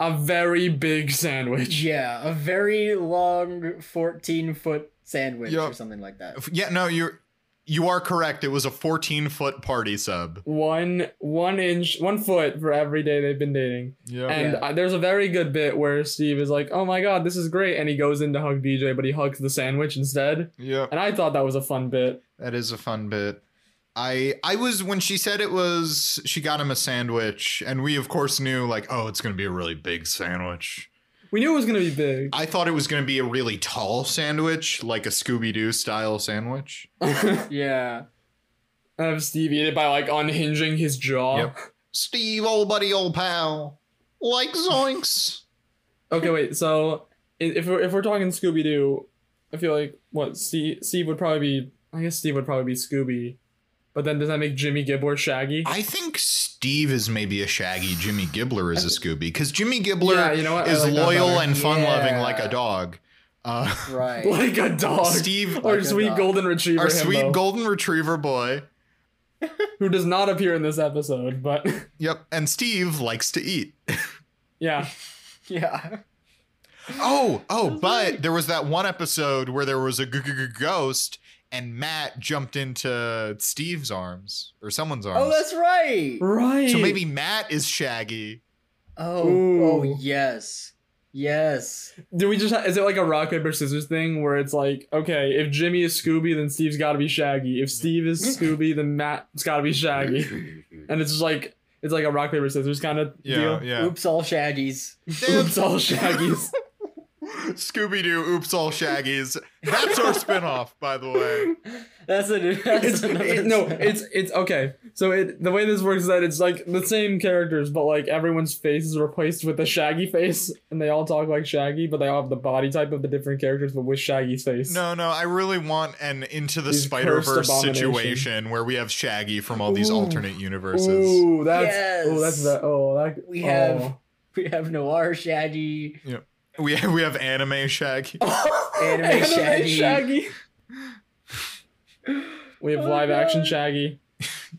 Speaker 1: a very big sandwich.
Speaker 3: Yeah, a very long 14 foot sandwich or
Speaker 2: Yup.
Speaker 3: something like that.
Speaker 2: Yeah, no, you're you are correct. It was a 14 foot party sub.
Speaker 1: One one inch one foot for every day they've been dating.
Speaker 2: Yeah.
Speaker 1: And
Speaker 3: Yeah.
Speaker 1: uh, there's a very good bit where Steve is like, "Oh my god, this is great," and he goes in to hug DJ, but he hugs the sandwich instead.
Speaker 2: Yeah.
Speaker 1: And I thought that was a fun bit.
Speaker 2: That is a fun bit. I I was when she said it was she got him a sandwich and we of course knew like oh it's going to be a really big sandwich.
Speaker 1: We knew it was gonna be big.
Speaker 2: I thought it was going to be a really tall sandwich like a Scooby Doo style sandwich.
Speaker 3: Yeah.
Speaker 1: And have Steve eat it by like unhinging his jaw.
Speaker 2: Yep. Steve old buddy old pal like zoinks.
Speaker 1: Okay, wait. So i- if we're, if we're talking Scooby Doo, I feel like what Steve Steve would probably be. I guess Steve would probably be Scooby, but then does that make Jimmy Gibbler Shaggy?
Speaker 2: I think Steve is maybe a Shaggy. Jimmy Gibbler is a Scooby because Jimmy Gibbler
Speaker 1: Yeah, you know what? I
Speaker 2: is
Speaker 1: like that
Speaker 2: loyal
Speaker 1: better.
Speaker 2: and fun loving
Speaker 3: Yeah.
Speaker 2: like a dog. Uh,
Speaker 3: Right.
Speaker 1: Like a dog.
Speaker 2: Steve,
Speaker 1: Our
Speaker 3: Like a
Speaker 1: sweet
Speaker 3: dog.
Speaker 1: golden retriever,
Speaker 2: our sweet
Speaker 1: himbo,
Speaker 2: golden retriever boy.
Speaker 1: who does not appear in this episode, but
Speaker 2: Yep, and Steve likes to eat.
Speaker 1: yeah.
Speaker 3: yeah.
Speaker 2: Oh, oh,
Speaker 3: That's
Speaker 2: but
Speaker 3: right.
Speaker 2: there was that one episode where there was a g- g- g- ghost and Matt jumped into Steve's arms or someone's arms.
Speaker 3: Oh, that's right.
Speaker 1: Right.
Speaker 2: so maybe Matt is Shaggy.
Speaker 3: Oh,
Speaker 1: Ooh.
Speaker 3: oh yes. Yes.
Speaker 1: Do we just ha- is it like a rock paper scissors thing where it's like okay if Jimmy is Scooby then Steve's got to be Shaggy if Steve is Scooby then Matt's got to be Shaggy and it's just like it's like a rock paper scissors kind of deal.
Speaker 2: yeah.
Speaker 3: Oops, all shaggies.
Speaker 1: Oops, all Shaggies.
Speaker 2: Scooby Doo, Oops, All Shaggies. That's our spinoff, by the way.
Speaker 3: That's a that's
Speaker 1: it's
Speaker 3: another
Speaker 1: it- no,
Speaker 3: spin-off.
Speaker 1: it's it's okay. So it the way this works is that it's like the same characters, but like everyone's face is replaced with a Shaggy face, and they all talk like Shaggy, but they all have the body type of the different characters, but with Shaggy's face.
Speaker 2: No, no, I really want an Into the
Speaker 1: These
Speaker 2: Spider Verse
Speaker 1: cursed abomination.
Speaker 2: situation where we have Shaggy from all these
Speaker 1: Ooh.
Speaker 2: alternate universes.
Speaker 1: Ooh, that's oh,
Speaker 3: Yes.
Speaker 1: that's the oh that
Speaker 3: We
Speaker 1: oh.
Speaker 3: have- we have noir shaggy.
Speaker 2: We we have anime Shaggy.
Speaker 3: Anime Shaggy.
Speaker 1: we have
Speaker 3: Oh,
Speaker 1: live action
Speaker 3: God.
Speaker 1: Shaggy.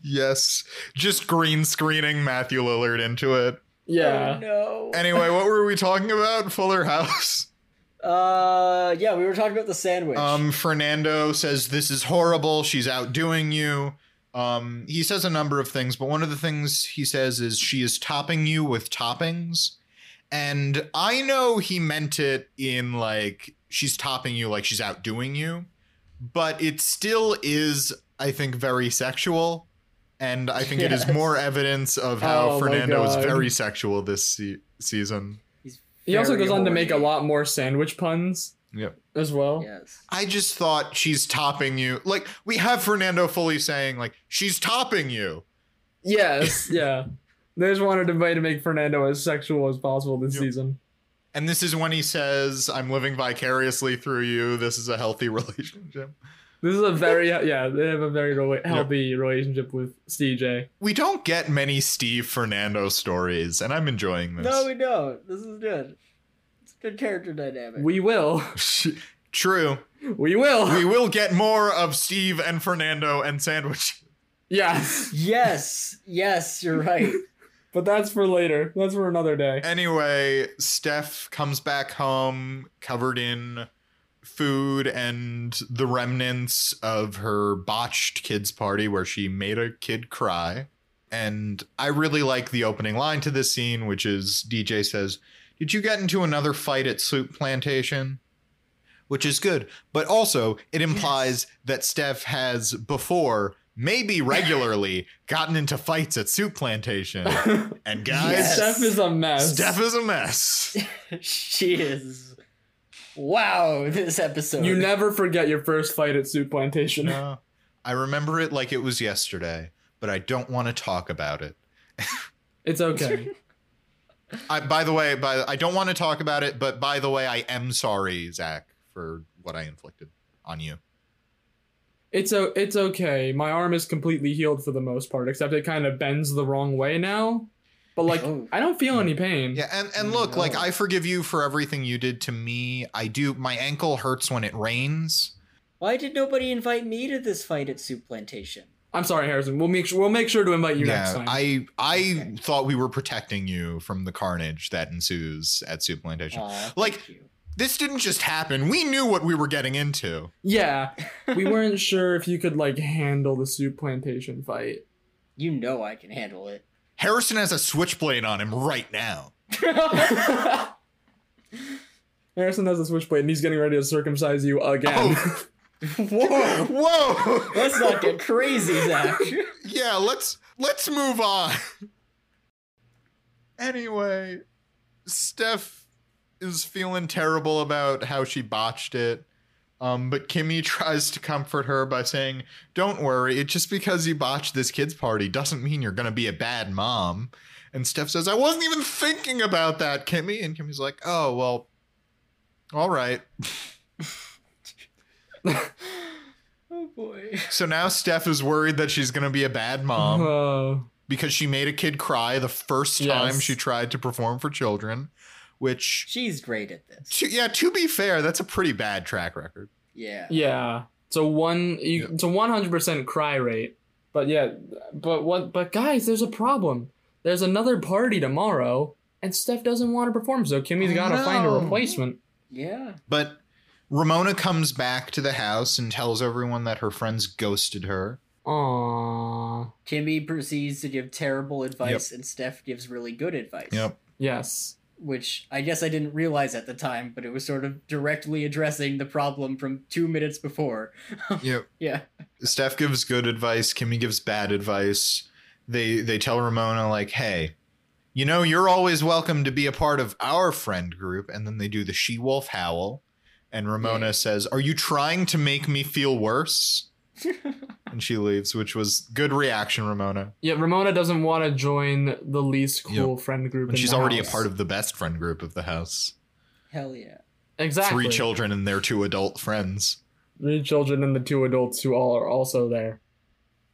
Speaker 2: Yes, just green screening Matthew Lillard into it.
Speaker 1: Yeah.
Speaker 3: Oh, no.
Speaker 2: Anyway, what were we talking about? Fuller House.
Speaker 3: Uh, yeah, we were talking about the sandwich.
Speaker 2: Um, Fernando says this is horrible. She's outdoing you. Um, he says a number of things, but one of the things he says is she is topping you with toppings. And I know he meant it in like she's topping you, like she's outdoing you, but it still is, I think, very sexual. And I think it is
Speaker 3: Yes.
Speaker 2: more evidence of how
Speaker 1: Oh my
Speaker 2: Fernando is
Speaker 1: God.
Speaker 2: very sexual this se- season.
Speaker 3: He's
Speaker 1: He also
Speaker 3: very
Speaker 1: goes on to make a
Speaker 3: horny.
Speaker 1: lot more sandwich puns
Speaker 2: Yep.
Speaker 1: as well.
Speaker 3: Yes.
Speaker 2: I just thought she's topping you. Like we have Fernando fully saying like she's topping you.
Speaker 1: Yes, yeah. They just wanted a way to make Fernando as sexual as possible this
Speaker 2: Yep.
Speaker 1: season.
Speaker 2: And this is when he says, "I'm living vicariously through you. This is a healthy relationship."
Speaker 1: This is a very yeah. They have a very rela- healthy relationship with CJ.
Speaker 2: We don't get many Steve Fernando stories, and I'm enjoying this.
Speaker 3: No, we don't. This is good. It's a good character dynamic.
Speaker 1: We will,
Speaker 2: True.
Speaker 1: we will.
Speaker 2: We will get more of Steve and Fernando and Sandwich.
Speaker 1: yes,
Speaker 3: yes, yes, you're right.
Speaker 1: but that's for later. That's for another day.
Speaker 2: Anyway, Steph comes back home covered in food and the remnants of her botched kids party where she made a kid cry. And I really like the opening line to this scene, which is DJ says, Did you get into another fight at Soup Plantation? Which is good. But also, it implies that Steph has before, maybe regularly, gotten into fights at Soup Plantation. And guys,
Speaker 3: Yes.
Speaker 1: Steph is a mess.
Speaker 2: Steph is a mess.
Speaker 3: she is. Wow, this episode.
Speaker 1: you never forget your first fight at Soup Plantation.
Speaker 2: No, I remember it like it was yesterday, but I don't want to talk about it.
Speaker 1: It's okay.
Speaker 2: I, by the way, by I don't want to talk about it, but by the way, I am sorry, Zach, for what I inflicted on you.
Speaker 1: It's o- it's okay. My arm is completely healed for the most part, except it kind of bends the wrong way now. But like,
Speaker 3: Oh.
Speaker 1: I don't feel any pain.
Speaker 2: Yeah, and and look, like
Speaker 3: No.
Speaker 2: I forgive you for everything you did to me. I do. My ankle hurts when it rains.
Speaker 3: Why did nobody invite me to this fight at Soup Plantation?
Speaker 1: I'm sorry, Harrison. We'll make sure we'll make sure to invite you next
Speaker 2: yeah,
Speaker 1: time.
Speaker 2: I I
Speaker 3: Okay.
Speaker 2: thought we were protecting you from the carnage that ensues at Soup Plantation.
Speaker 3: Aw,
Speaker 2: Like-
Speaker 3: thank you.
Speaker 2: this didn't just happen. We knew what we were getting into.
Speaker 1: yeah, we weren't sure if you could like handle the Soup Plantation fight.
Speaker 3: you know I can handle it.
Speaker 2: Harrison has a switchblade on him right now.
Speaker 1: Harrison has a switchblade, and he's getting ready to circumcise you again.
Speaker 2: Oh.
Speaker 3: Whoa!
Speaker 2: Whoa!
Speaker 3: Let's not get crazy, Zach.
Speaker 2: yeah let's let's move on anyway steph is feeling terrible about how she botched it um, but kimmy tries to comfort her by saying don't worry it just because you botched this kid's party doesn't mean you're gonna be a bad mom and steph says i wasn't even thinking about that kimmy and kimmy's like oh well all right
Speaker 3: oh boy.
Speaker 2: so now steph is worried that she's gonna be a bad mom
Speaker 1: Oh.
Speaker 2: because she made a kid cry the first
Speaker 1: Yes.
Speaker 2: time she tried to perform for children, which
Speaker 3: She's great at this.
Speaker 2: to, yeah, to be fair, that's a pretty bad track record.
Speaker 3: Yeah.
Speaker 1: Yeah. It's a one you,
Speaker 2: Yeah.
Speaker 1: it's a one hundred percent cry rate. But yeah, but what but guys, there's a problem. There's another party tomorrow, and Steph doesn't want to perform, so Kimmy's
Speaker 2: Oh,
Speaker 1: gotta find a
Speaker 2: no.
Speaker 1: replacement.
Speaker 3: Yeah.
Speaker 2: But Ramona comes back to the house and tells everyone that her friends ghosted her.
Speaker 1: Aww.
Speaker 3: Kimmy proceeds to give terrible advice, and Steph gives really good advice.
Speaker 1: Yes.
Speaker 3: Which I guess I didn't realize at the time, but it was sort of directly addressing the problem from two minutes before.
Speaker 2: Yep.
Speaker 3: Yeah.
Speaker 2: Steph gives good advice, Kimmy gives bad advice. They they tell Ramona like, "Hey, you know, you're always welcome to be a part of our friend group." And then they do the she-wolf howl, and Ramona
Speaker 3: Yeah.
Speaker 2: says, "Are you trying to make me feel worse?" and she leaves, which was good reaction, Ramona.
Speaker 1: Yeah, Ramona doesn't want to join the least cool friend group.
Speaker 2: And
Speaker 1: in
Speaker 2: she's
Speaker 1: the
Speaker 2: already
Speaker 1: house.
Speaker 2: a part of the best friend group of the house.
Speaker 3: Hell yeah.
Speaker 1: exactly
Speaker 2: Three children and their two adult friends.
Speaker 1: three children and the two adults who all are also there.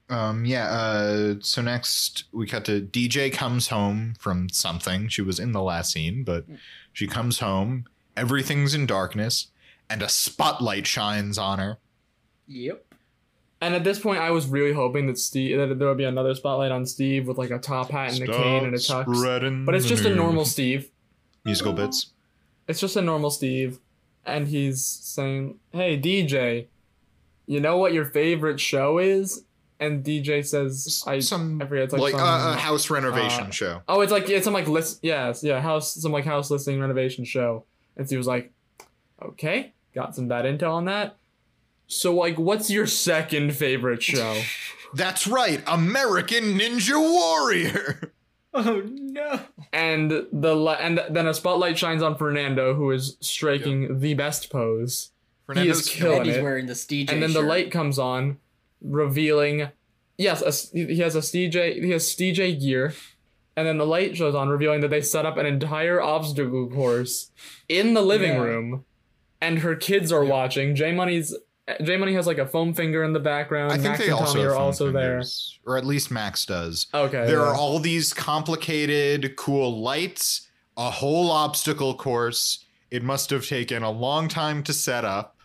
Speaker 2: Um, yeah. Uh, so next we cut to DJ comes home from something. She was in the last scene, but
Speaker 1: Mm.
Speaker 2: she comes home. Everything's in darkness, and a spotlight shines on her.
Speaker 3: Yep.
Speaker 1: And at this point, I was really hoping that Steve that there would be another spotlight on Steve with like a top hat and a cane and a
Speaker 2: Stop
Speaker 1: tux.
Speaker 2: spreading
Speaker 1: But it's
Speaker 2: the
Speaker 1: just a
Speaker 2: news.
Speaker 1: normal Steve.
Speaker 2: musical bits.
Speaker 1: it's just a normal Steve, and he's saying, "Hey DJ, you know what your favorite show is?" And DJ says, "I
Speaker 2: some
Speaker 1: I forget it's like,
Speaker 2: like uh,
Speaker 1: some,
Speaker 2: a house renovation
Speaker 1: uh,
Speaker 2: show.
Speaker 1: oh it's like it's some like list yes yeah house some like house listing renovation show." And Steve was like, "Okay, got some bad intel on that." So like, what's your second favorite show?
Speaker 2: That's right, American Ninja Warrior.
Speaker 3: Oh no.
Speaker 1: and the la- and then a spotlight shines on Fernando, who is striking the best pose.
Speaker 2: Fernando's
Speaker 1: killing
Speaker 3: and he's
Speaker 1: it.
Speaker 3: wearing this DJ.
Speaker 1: and then the
Speaker 3: shirt.
Speaker 1: light comes on, revealing. Yes, a, st- he has a CJ. He has CJ gear, and then the light shows on, revealing that they set up an entire obstacle course in the living
Speaker 3: Yeah.
Speaker 1: room, and her kids are watching. J Money's J Money has like a foam finger in the background.
Speaker 2: I think
Speaker 1: Max
Speaker 2: they
Speaker 1: and
Speaker 2: also
Speaker 1: Tommy
Speaker 2: have
Speaker 1: are
Speaker 2: foam
Speaker 1: also
Speaker 2: fingers, or at least Max does.
Speaker 1: there. Okay,
Speaker 2: There
Speaker 1: yeah.
Speaker 2: are all these complicated, cool lights, a whole obstacle course. It must have taken a long time to set up.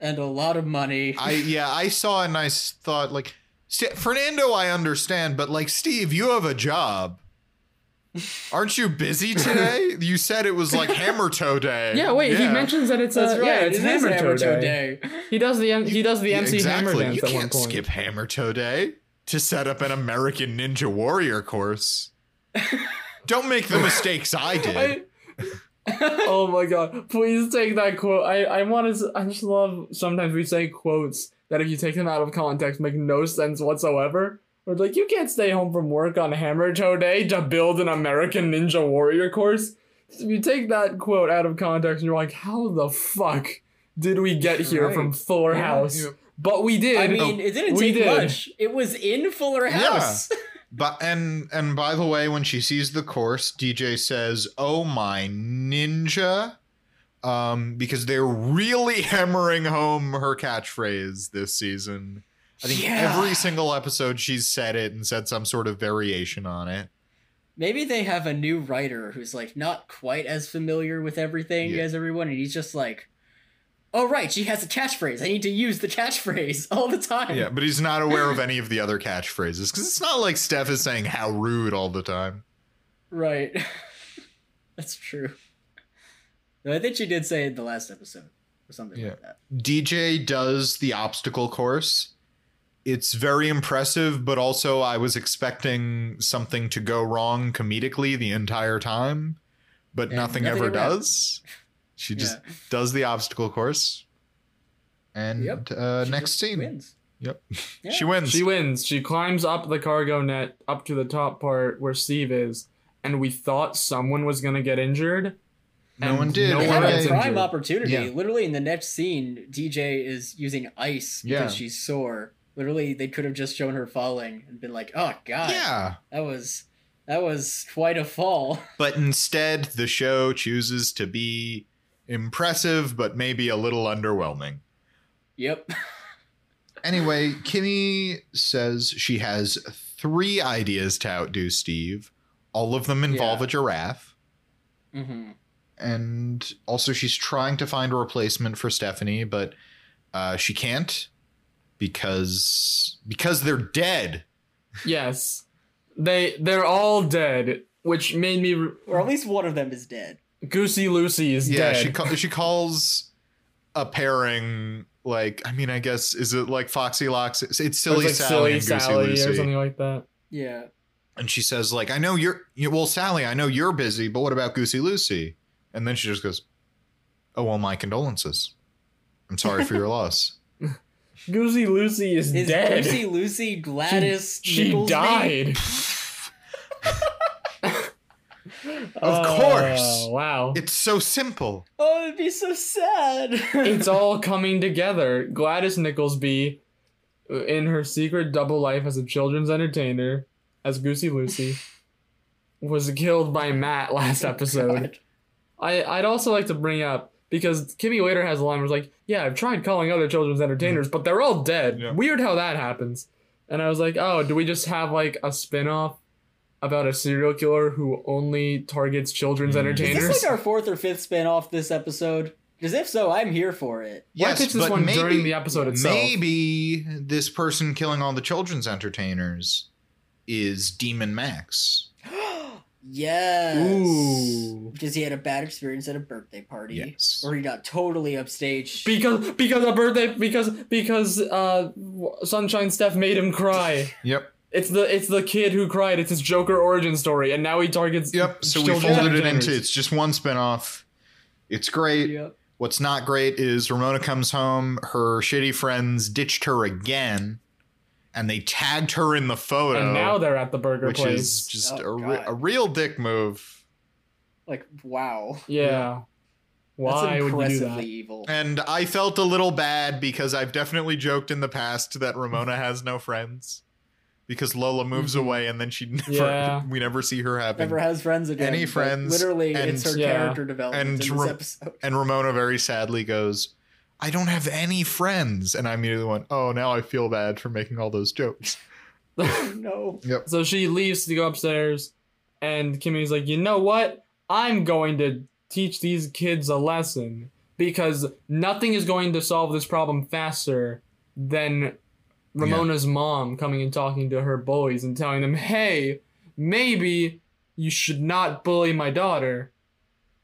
Speaker 3: and a lot of money.
Speaker 2: I yeah, I saw it and I s- thought like, St- Fernando, I understand, but like Steve, you have a job. Aren't you busy today? you said it was like Hammer Toe Day.
Speaker 1: yeah, wait. He mentions that it's a
Speaker 3: That's right.
Speaker 1: yeah, it's
Speaker 3: it is
Speaker 1: Hammer
Speaker 3: Hammer
Speaker 1: Toe
Speaker 3: Toe
Speaker 1: Day. He does the M- he does the
Speaker 2: Yeah,
Speaker 1: MC Hammer
Speaker 2: exactly.
Speaker 1: dance
Speaker 2: You
Speaker 1: at
Speaker 2: can't
Speaker 1: one point.
Speaker 2: skip Hammer Toe Day. to set up an American Ninja Warrior course. Don't make the mistakes I did.
Speaker 1: I- oh my god! Please take that quote. I I want to. I just love. Sometimes we say quotes that if you take them out of context make no sense whatsoever. We're like, you can't stay home from work on Hammer Toe Day to build an American Ninja Warrior course. If you take that quote out of context, and you're like, how the fuck did we get here from
Speaker 3: Right.
Speaker 1: Fuller
Speaker 2: Yeah,
Speaker 1: House?
Speaker 2: you-
Speaker 1: But we did.
Speaker 3: I mean, it didn't
Speaker 1: we
Speaker 3: take
Speaker 1: did.
Speaker 3: much. It was in Fuller
Speaker 2: Yeah.
Speaker 3: House.
Speaker 2: But and and by the way, when she sees the course, DJ says, "Oh my ninja," um, because they're really hammering home her catchphrase this season. I think
Speaker 3: Yeah.
Speaker 2: every single episode she's said it and said some sort of variation on it.
Speaker 3: Maybe they have a new writer who's like not quite as familiar with everything
Speaker 2: Yeah.
Speaker 3: as everyone, and he's just like, "Oh right, she has a catchphrase. I need to use the catchphrase all the time."
Speaker 2: Yeah, but he's not aware of any of the other catchphrases because it's not like Steph is saying "how rude" all the time.
Speaker 3: Right. That's true. No, I think she did say in the last episode or something
Speaker 2: Yeah.
Speaker 3: like that.
Speaker 2: DJ does the obstacle course. It's very impressive, but also I was expecting something to go wrong comedically the entire time, but
Speaker 3: Yeah,
Speaker 2: nothing,
Speaker 3: nothing
Speaker 2: ever
Speaker 3: ever happens.
Speaker 2: does. She
Speaker 3: Yeah.
Speaker 2: just does the obstacle course. And
Speaker 3: Yep.
Speaker 2: uh,
Speaker 3: She
Speaker 2: next
Speaker 3: just
Speaker 2: scene.
Speaker 3: wins.
Speaker 2: Yep.
Speaker 3: Yeah.
Speaker 2: She wins.
Speaker 1: She wins. She climbs up the cargo net up to the top part where Steve is, and we thought someone was gonna get injured.
Speaker 2: no
Speaker 1: and
Speaker 2: one did.
Speaker 1: no
Speaker 3: They
Speaker 1: one
Speaker 3: had
Speaker 1: gets
Speaker 3: a
Speaker 2: Hooray.
Speaker 1: injured.
Speaker 3: prime opportunity.
Speaker 2: Yeah.
Speaker 3: Literally in the next scene, DJ is using ice because
Speaker 2: Yeah.
Speaker 3: she's sore. Literally, they could have just shown her falling and been like, "Oh God,
Speaker 2: yeah.
Speaker 3: that was that was quite a fall."
Speaker 2: But instead, the show chooses to be impressive, but maybe a little underwhelming.
Speaker 3: yep.
Speaker 2: Anyway, Kimmy says she has three ideas to outdo Steve. All of them involve
Speaker 3: Yeah.
Speaker 2: a giraffe.
Speaker 3: hmm
Speaker 2: And also, she's trying to find a replacement for Stephanie, but uh, she can't because because they're dead.
Speaker 1: Yes, they they're all dead, which made me re-
Speaker 3: Or at least one of them is dead.
Speaker 1: Goosey Lucy is
Speaker 2: Yeah,
Speaker 1: dead.
Speaker 2: she ca- she calls a pairing like I mean, I guess is it like Foxy Locks? It's, it's
Speaker 1: Or it's
Speaker 2: Silly
Speaker 1: like
Speaker 2: Sally
Speaker 1: Silly
Speaker 2: and Goosey
Speaker 1: Sally
Speaker 2: Lucy.
Speaker 1: or something like that.
Speaker 3: Yeah.
Speaker 2: and she says like i know you're you, well sally i know you're busy but what about goosey lucy and then she just goes oh well my condolences i'm sorry for your loss
Speaker 1: Goosey Lucy is,
Speaker 3: Is
Speaker 1: dead.
Speaker 3: Lucy Lucy Gladys?
Speaker 1: she
Speaker 3: Nicholsby?
Speaker 1: died.
Speaker 2: Of course.
Speaker 1: Oh, Wow.
Speaker 2: it's so simple
Speaker 3: Oh, it'd be so sad.
Speaker 1: it's all coming together. Gladys Nicholsby, in her secret double life as a children's entertainer, as Goosey Lucy, was killed by Matt
Speaker 2: Oh
Speaker 1: last episode.
Speaker 3: God.
Speaker 1: I, I'd also like to bring up because Kimmy later has a line where it's like, Yeah, I've tried calling other children's entertainers, but they're all dead.
Speaker 2: Mm. Yeah.
Speaker 1: Weird how that happens. And I was like, Oh, do we just have like a spin off about a serial killer who only targets children's
Speaker 2: Mm. Is
Speaker 1: entertainers?
Speaker 3: Is this like our fourth or fifth spin off this episode? Because if so, I'm here for it.
Speaker 1: Why
Speaker 2: yes
Speaker 1: pitch this
Speaker 2: but
Speaker 1: one
Speaker 2: maybe,
Speaker 1: during the episode itself?
Speaker 2: maybe this person killing all the children's entertainers is demon max
Speaker 3: yes.
Speaker 1: Ooh.
Speaker 3: Because he had a bad experience at a birthday party.
Speaker 2: yes
Speaker 3: Or he got totally upstaged.
Speaker 1: because because a birthday because because uh sunshine steph made him cry
Speaker 2: yep
Speaker 1: it's the it's the kid who cried it's his joker origin story and now he targets
Speaker 2: yep so we
Speaker 1: children's
Speaker 2: folded it
Speaker 1: entertainers.
Speaker 2: into it's just one spin-off it's great
Speaker 3: Yep.
Speaker 2: What's not great is Ramona comes home, her shitty friends ditched her again, and they tagged her in the photo,
Speaker 1: and now they're at the burger
Speaker 2: which
Speaker 1: place
Speaker 2: is just
Speaker 3: Oh,
Speaker 2: a, re-
Speaker 3: God.
Speaker 2: a real dick move.
Speaker 3: Like, wow.
Speaker 1: yeah, why
Speaker 3: That's
Speaker 1: would you do
Speaker 3: impressively
Speaker 1: that
Speaker 3: evil.
Speaker 2: And I felt a little bad because I've definitely joked in the past that Ramona has no friends because Lola moves
Speaker 1: Mhm.
Speaker 2: away and then she never,
Speaker 1: Yeah.
Speaker 2: we never see her happen.
Speaker 3: Never has friends again.
Speaker 2: Any
Speaker 3: but
Speaker 2: friends,
Speaker 3: Literally,
Speaker 2: and-
Speaker 3: it's her
Speaker 1: Yeah.
Speaker 3: character development
Speaker 2: and
Speaker 3: in this
Speaker 2: re-
Speaker 3: episode.
Speaker 2: and Ramona very sadly goes, I don't have any friends. And I immediately went, oh, now I feel bad for making all those jokes.
Speaker 3: Oh, no.
Speaker 1: so she leaves to go upstairs and kimmy's like you know what i'm going to teach these kids a lesson because nothing is going to solve this problem faster than Ramona's mom coming and talking to her bullies and telling them, hey, maybe you should not bully my daughter.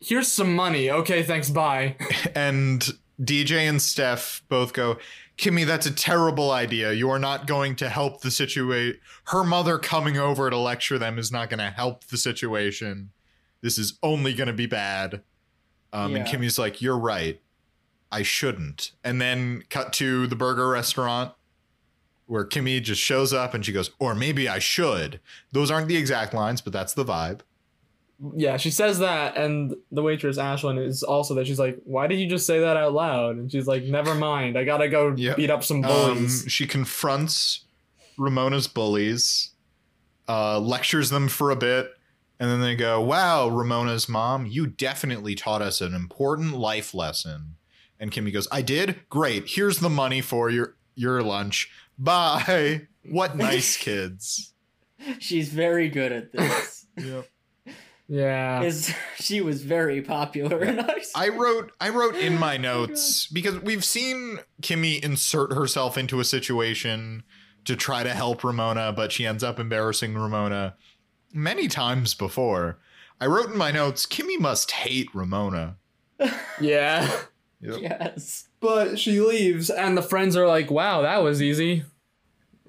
Speaker 1: Here's some money. Okay, thanks, bye.
Speaker 2: and DJ and Steph both go, Kimmy, that's a terrible idea. You are not going to help the situation. Her mother coming over to lecture them is not going to help the situation. This is only going to be bad. Um, And
Speaker 3: Yeah.
Speaker 2: Kimmy's like, You're right. I shouldn't. And then cut to the burger restaurant where Kimmy just shows up and she goes, Or maybe I should. Those aren't the exact lines, but that's the vibe.
Speaker 1: Yeah, she says that, and the waitress Ashlyn is also there. She's like, "Why did you just say that out loud?" And she's like, "Never mind, I gotta go
Speaker 2: Yeah.
Speaker 1: beat up some
Speaker 2: Um,
Speaker 1: bullies."
Speaker 2: she confronts Ramona's bullies, uh, lectures them for a bit, and then they go, Wow, Ramona's mom, you definitely taught us an important life lesson. And Kimmy goes, I did? Great. Here's the money for your, your lunch. Bye. What nice kids.
Speaker 3: She's very good at this.
Speaker 2: Yep.
Speaker 1: yeah,
Speaker 3: Is she was very popular in our
Speaker 2: I wrote I wrote in my
Speaker 3: Oh,
Speaker 2: notes because we've seen Kimmy insert herself into a situation to try to help Ramona, but she ends up embarrassing Ramona many times before. I wrote in my notes, Kimmy must hate Ramona.
Speaker 1: yeah.
Speaker 3: yes.
Speaker 1: But she leaves, and the friends are like, "Wow, that was easy."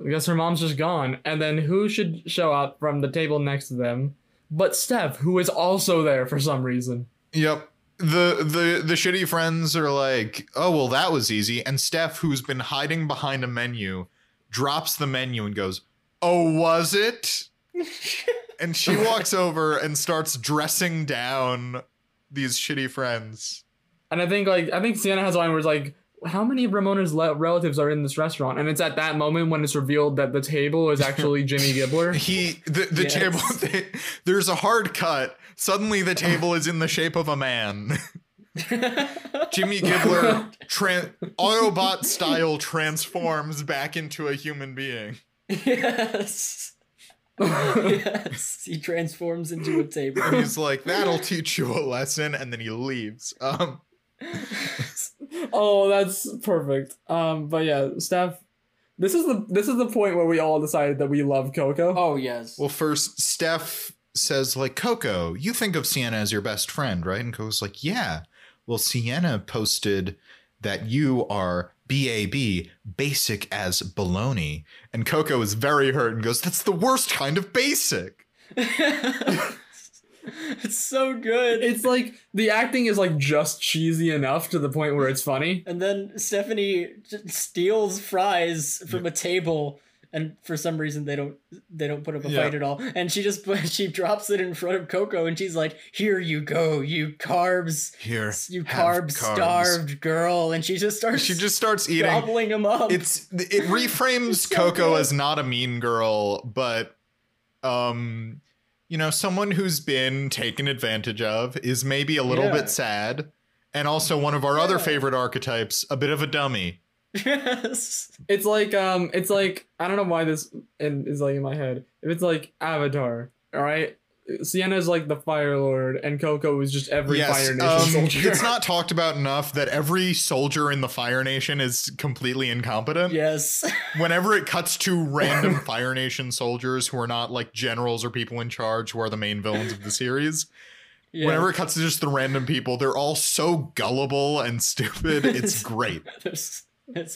Speaker 1: I guess her mom's just gone. And then who should show up from the table next to them? But Steph, who is also there for some reason.
Speaker 2: Yep. The the the shitty friends are like, "Oh, well that was easy." And Steph, who's been hiding behind a menu, drops the menu and goes, "Oh, was it?" And she walks over and starts dressing down these shitty friends.
Speaker 1: And I think like I think Sienna has a line where it's like, "How many of Ramona's le- relatives are in this restaurant?" And it's at that moment when it's revealed that the table is actually Jimmy Gibbler.
Speaker 2: He the, the
Speaker 3: Yes.
Speaker 2: table they, there's a hard cut. Suddenly the table is in the shape of a man. Jimmy Gibbler tran Autobot style transforms back into a human being.
Speaker 3: yes. yes. He transforms into a table.
Speaker 2: And he's like, "That'll teach you a lesson," and then he leaves. Um,
Speaker 1: oh, that's perfect. Um, but yeah, Steph, this is the this is the point where we all decided that we love Coco.
Speaker 3: Oh yes.
Speaker 2: well, first Steph says, "Like Coco, you think of Sienna as your best friend, right?" And Coco's like, "Yeah." Well, Sienna posted that you are BAB, basic as baloney, and Coco is very hurt and goes, "That's the worst kind of basic."
Speaker 3: it's so good.
Speaker 1: it's like the acting is like just cheesy enough to the point where it's funny.
Speaker 3: and then Stephanie j- steals fries from a table, and for some reason they don't they don't put up a
Speaker 2: Yeah.
Speaker 3: fight at all. And she just put- she drops it in front of Coco, and she's like, "Here you go, you carbs,
Speaker 2: Here,
Speaker 3: you
Speaker 2: have
Speaker 3: carb starved girl." And she just starts
Speaker 2: She just starts eating.
Speaker 3: gobbling them up.
Speaker 2: it's it reframes
Speaker 3: It's so
Speaker 2: Coco
Speaker 3: good.
Speaker 2: as not a mean girl, but um you know, someone who's been taken advantage of is maybe a little
Speaker 3: Yeah.
Speaker 2: bit sad and also one of our other
Speaker 3: Yeah.
Speaker 2: favorite archetypes, a bit of a dummy.
Speaker 3: yes.
Speaker 1: It's like um, it's like I don't know why this in, is like in my head. If it's like Avatar, all right, Sienna's like the Fire Lord, and Coco is just every
Speaker 2: yes,
Speaker 1: Fire Nation
Speaker 2: um,
Speaker 1: soldier.
Speaker 2: it's not talked about enough that every soldier in the Fire Nation is completely incompetent.
Speaker 3: Yes.
Speaker 2: Whenever it cuts to random Fire Nation soldiers who are not like generals or people in charge who are the main villains of the series,
Speaker 3: Yeah.
Speaker 2: Whenever it cuts to just the random people, they're all so gullible and stupid. It's great.
Speaker 3: There's- it's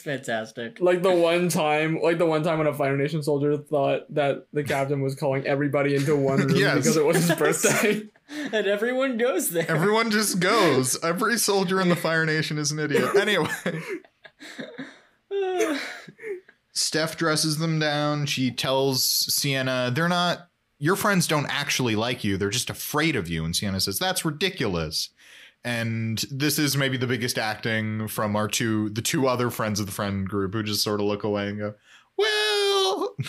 Speaker 3: fantastic.
Speaker 1: like the one time, like the one time when a Fire Nation soldier thought that the captain was calling everybody into one room
Speaker 2: Yes.
Speaker 1: because it was his birthday.
Speaker 3: and everyone goes there.
Speaker 2: Everyone just goes. Every soldier in the Fire Nation is an idiot. Anyway, Steph dresses them down. She tells Sienna, they're not, your friends don't actually like you. They're just afraid of you. And Sienna says, that's ridiculous. And this is maybe the biggest acting from our two, the two other friends of the friend group who just sort of look away and go, well.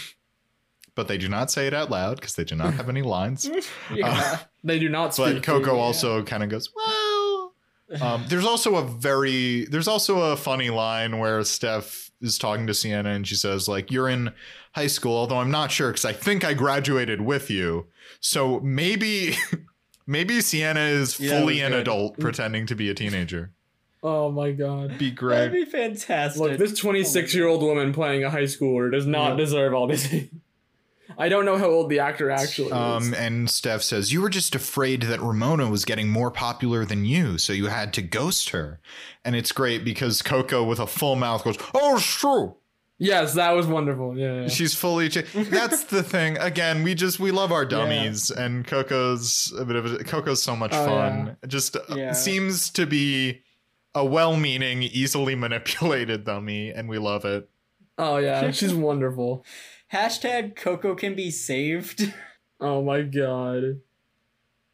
Speaker 2: But they do not say it out loud because they do not have any lines.
Speaker 3: yeah.
Speaker 2: Ah,
Speaker 1: They do not
Speaker 2: but
Speaker 1: speak.
Speaker 2: Coco
Speaker 3: yeah.
Speaker 2: also kind of goes, well. Um, there's also a very there's also a funny line where Steph is talking to Sienna and she says like you're in high school although I'm not sure because I think I graduated with you so maybe maybe Sienna is
Speaker 3: Yeah,
Speaker 2: fully
Speaker 3: it was
Speaker 2: an
Speaker 3: good.
Speaker 2: adult pretending to be a teenager
Speaker 1: oh my god.
Speaker 2: be
Speaker 3: That'd
Speaker 2: great
Speaker 3: be fantastic. Oh
Speaker 1: Look, this 26 year old woman playing a high schooler does not
Speaker 2: Yeah.
Speaker 1: deserve all this. I don't know how old the actor actually is.
Speaker 2: Um, and Steph says, You were just afraid that Ramona was getting more popular than you, so you had to ghost her. And it's great because Coco, with a full mouth, goes, Oh, sure.
Speaker 1: Yes, that was wonderful. Yeah, yeah.
Speaker 2: She's fully. Cha- That's the thing. Again, we just we love our dummies, and Coco's a bit of a, Coco's so much
Speaker 1: Oh,
Speaker 2: fun. It Just uh,
Speaker 3: Yeah.
Speaker 2: seems to be a well-meaning, easily manipulated dummy, and we love it.
Speaker 1: Oh yeah, she's wonderful.
Speaker 3: Hashtag Coco can be saved.
Speaker 1: Oh my god.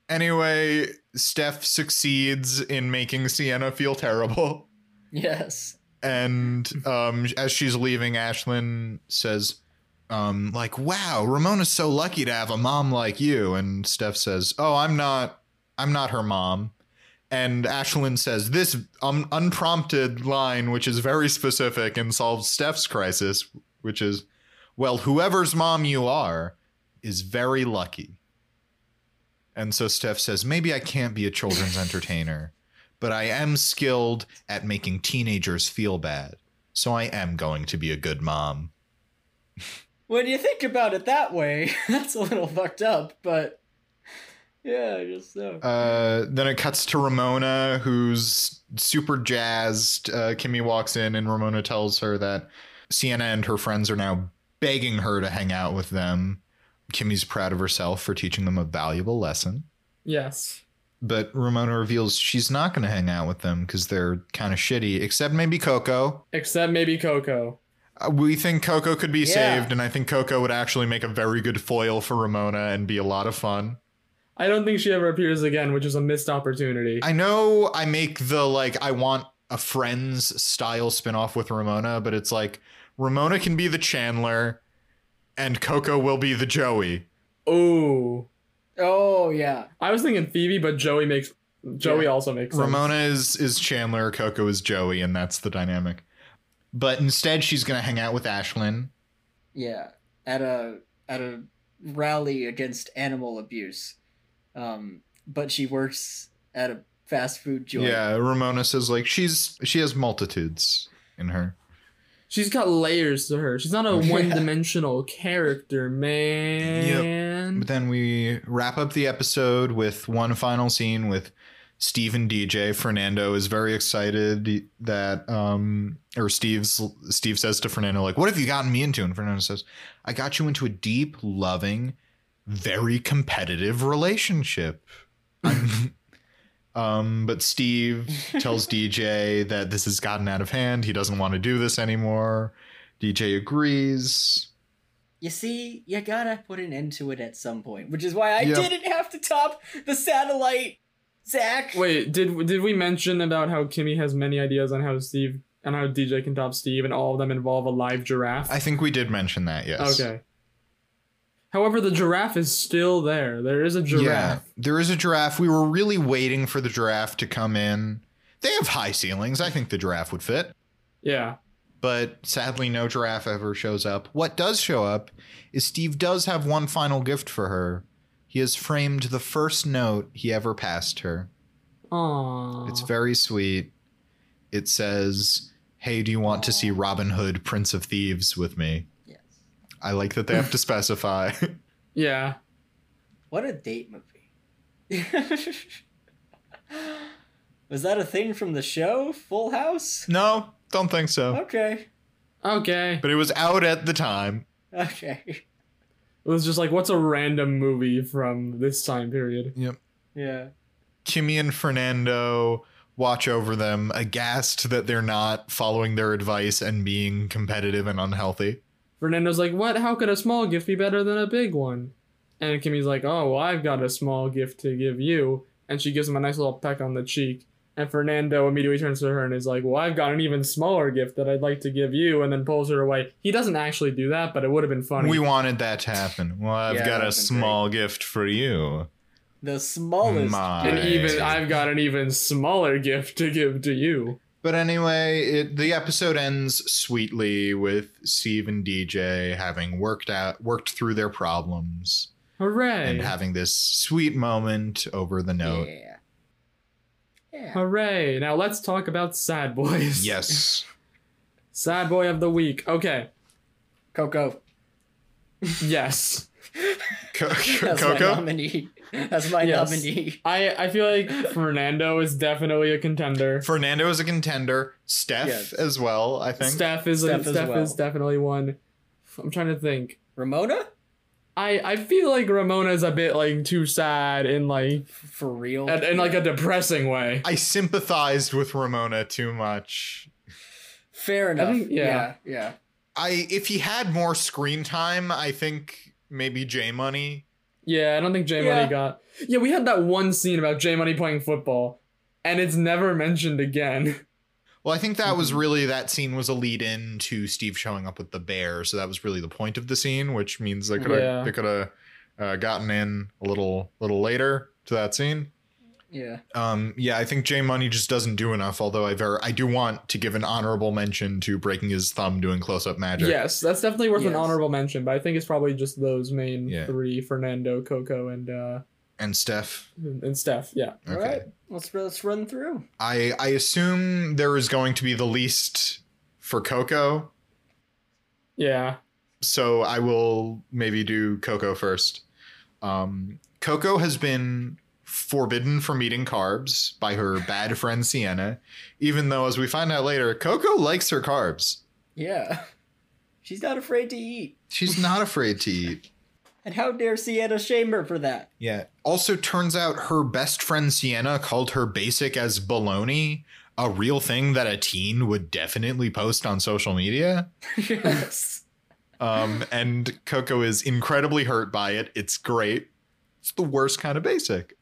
Speaker 2: Anyway, Steph succeeds in making Sienna feel terrible.
Speaker 3: yes.
Speaker 2: and um, as she's leaving, Ashlyn says, um, "Like, wow, Ramona's so lucky to have a mom like you." And Steph says, "Oh, I'm not. I'm not her mom." And Ashlyn says this um, unprompted line, which is very specific and solves Steph's crisis, which is, "Well, whoever's mom you are is very lucky." And so Steph says, "Maybe I can't be a children's entertainer." but I am skilled at making teenagers feel bad. So I am going to be a good mom.
Speaker 3: When you think about it that way, that's a little fucked up, but yeah, I just know.
Speaker 2: Uh, then it cuts to Ramona, who's super jazzed. Uh, Kimmy walks in, and Ramona tells her that Sienna and her friends are now begging her to hang out with them. Kimmy's proud of herself for teaching them a valuable lesson.
Speaker 1: Yes.
Speaker 2: But Ramona reveals she's not going to hang out with them because they're kind of shitty, except maybe Coco.
Speaker 1: Except maybe Coco.
Speaker 2: Uh, We think Coco could be
Speaker 3: Yeah.
Speaker 2: saved, and I think Coco would actually make a very good foil for Ramona and be a lot of fun.
Speaker 1: I don't think she ever appears again, which is a missed opportunity.
Speaker 2: I know I make the like I want a friends style spinoff with Ramona, but it's like Ramona can be the Chandler and Coco will be the Joey.
Speaker 1: oh.
Speaker 3: oh yeah.
Speaker 1: I was thinking Phoebe, but Joey makes Joey
Speaker 3: Yeah.
Speaker 1: also makes sense.
Speaker 2: Ramona is is Chandler, Coco is Joey, and that's the dynamic. But instead she's gonna hang out with Ashlyn.
Speaker 3: Yeah. At a at a rally against animal abuse. Um but she works at a fast food joint.
Speaker 2: Yeah, Ramona says like she's she has multitudes in her.
Speaker 1: She's got layers to her. She's not a
Speaker 3: Yeah.
Speaker 1: one-dimensional character, man.
Speaker 2: But then we wrap up the episode with one final scene with Steve and DJ. Fernando is very excited that um or Steve's Steve says to Fernando, like, what have you gotten me into? And Fernando says, I got you into a deep, loving, very competitive relationship. um, but Steve tells DJ that this has gotten out of hand. He doesn't want to do this anymore. DJ agrees.
Speaker 3: You see, you gotta put an end to it at some point, which is why I
Speaker 2: Yeah.
Speaker 3: didn't have to top the satellite, Zach.
Speaker 1: Wait, did did we mention about how Kimmy has many ideas on how Steve and how DJ can top Steve, and all of them involve a live giraffe?
Speaker 2: I think we did mention that, yes.
Speaker 1: Okay. However, the giraffe is still there. There is a giraffe.
Speaker 2: there is a giraffe. We were really waiting for the giraffe to come in. They have high ceilings. I think the giraffe would fit.
Speaker 1: Yeah.
Speaker 2: But sadly, no giraffe ever shows up. What does show up is Steve does have one final gift for her. He has framed the first note he ever passed her.
Speaker 1: Aww.
Speaker 2: It's very sweet. It says, Hey, do you want to see Robin Hood, Prince of Thieves, with me?
Speaker 3: Yes.
Speaker 2: I like that they have to specify.
Speaker 1: yeah.
Speaker 3: What a date movie. Was that a thing from the show, Full House?
Speaker 2: no, don't think so.
Speaker 3: Okay.
Speaker 1: Okay.
Speaker 2: But it was out at the time.
Speaker 3: Okay.
Speaker 1: It was just like, what's a random movie from this time period?
Speaker 2: Yep.
Speaker 3: Yeah.
Speaker 2: Kimmy and Fernando watch over them, aghast that they're not following their advice and being competitive and unhealthy.
Speaker 1: Fernando's like, what? How could a small gift be better than a big one? And Kimmy's like, oh, well, I've got a small gift to give you. And she gives him a nice little peck on the cheek. And Fernando immediately turns to her and is like, well, I've got an even smaller gift that I'd like to give you. And then pulls her away. He doesn't actually do that, but it would have been funny.
Speaker 2: We wanted that to happen. Well, I've
Speaker 3: Yeah,
Speaker 2: got a
Speaker 3: that'd been
Speaker 2: small gift for you.
Speaker 3: The smallest.
Speaker 2: My.
Speaker 1: and
Speaker 2: Right.
Speaker 1: even I've got an even smaller gift to give to you.
Speaker 2: But anyway, it, the episode ends sweetly with Steve and DJ having worked out worked through their problems
Speaker 1: Hooray!
Speaker 2: and having this sweet moment over the note.
Speaker 3: Yeah. Yeah.
Speaker 1: Hooray! Now let's talk about sad boys.
Speaker 2: Yes.
Speaker 1: Sad boy of the week. Okay.
Speaker 3: Coco.
Speaker 1: Yes.
Speaker 2: Co-
Speaker 3: That's my
Speaker 2: Coco?
Speaker 3: nominee. That's my
Speaker 1: Yes.
Speaker 3: nominee.
Speaker 1: I I feel like Fernando is definitely a contender.
Speaker 2: Fernando is a contender. Steph
Speaker 3: Yes.
Speaker 2: as well, I think.
Speaker 1: Steph is
Speaker 3: Steph as
Speaker 1: Steph
Speaker 3: well.
Speaker 1: is definitely one. I'm trying to think.
Speaker 3: Ramona?
Speaker 1: I I feel like Ramona's a bit like too sad in like
Speaker 3: For real?
Speaker 1: in, in like a depressing way.
Speaker 2: I sympathized with Ramona too much.
Speaker 3: Fair enough.
Speaker 1: think- yeah.
Speaker 3: yeah, yeah.
Speaker 2: I if he had more screen time, I think maybe J Money.
Speaker 1: Yeah, I don't think J Money
Speaker 3: Yeah.
Speaker 1: got. Yeah, we had that one scene about J Money playing football, and it's never mentioned again.
Speaker 2: Well, I think that
Speaker 3: Mm-hmm.
Speaker 2: was really that scene was a lead in to Steve showing up with the bear, so that was really the point of the scene, which means they could have
Speaker 1: Yeah.
Speaker 2: they could have uh, gotten in a little little later to that scene.
Speaker 3: Yeah.
Speaker 2: Um, yeah, I think J Money just doesn't do enough. Although I ver- I do want to give an honorable mention to breaking his thumb doing close up magic.
Speaker 1: Yes, that's definitely worth an
Speaker 3: Yes.
Speaker 1: honorable mention, but I think it's probably just those main
Speaker 2: Yeah.
Speaker 1: three: Fernando, Coco, and uh
Speaker 2: and Steph.
Speaker 1: and Steph. Yeah.
Speaker 3: All right. Let's let's run through.
Speaker 2: I I assume there is going to be the least for Coco,
Speaker 1: Yeah.
Speaker 2: so I will maybe do Coco first. Um, Coco has been forbidden from eating carbs by her bad friend Sienna, even though, as we find out later, Coco likes her carbs.
Speaker 3: Yeah. She's not afraid to eat.
Speaker 2: She's not afraid to eat.
Speaker 3: And how dare Sienna shame her for that?
Speaker 2: Yeah. Also, turns out her best friend Sienna called her basic as baloney, a real thing that a teen would definitely post on social media.
Speaker 3: yes.
Speaker 2: Um, and Coco is incredibly hurt by it. It's great. It's the worst kind of basic.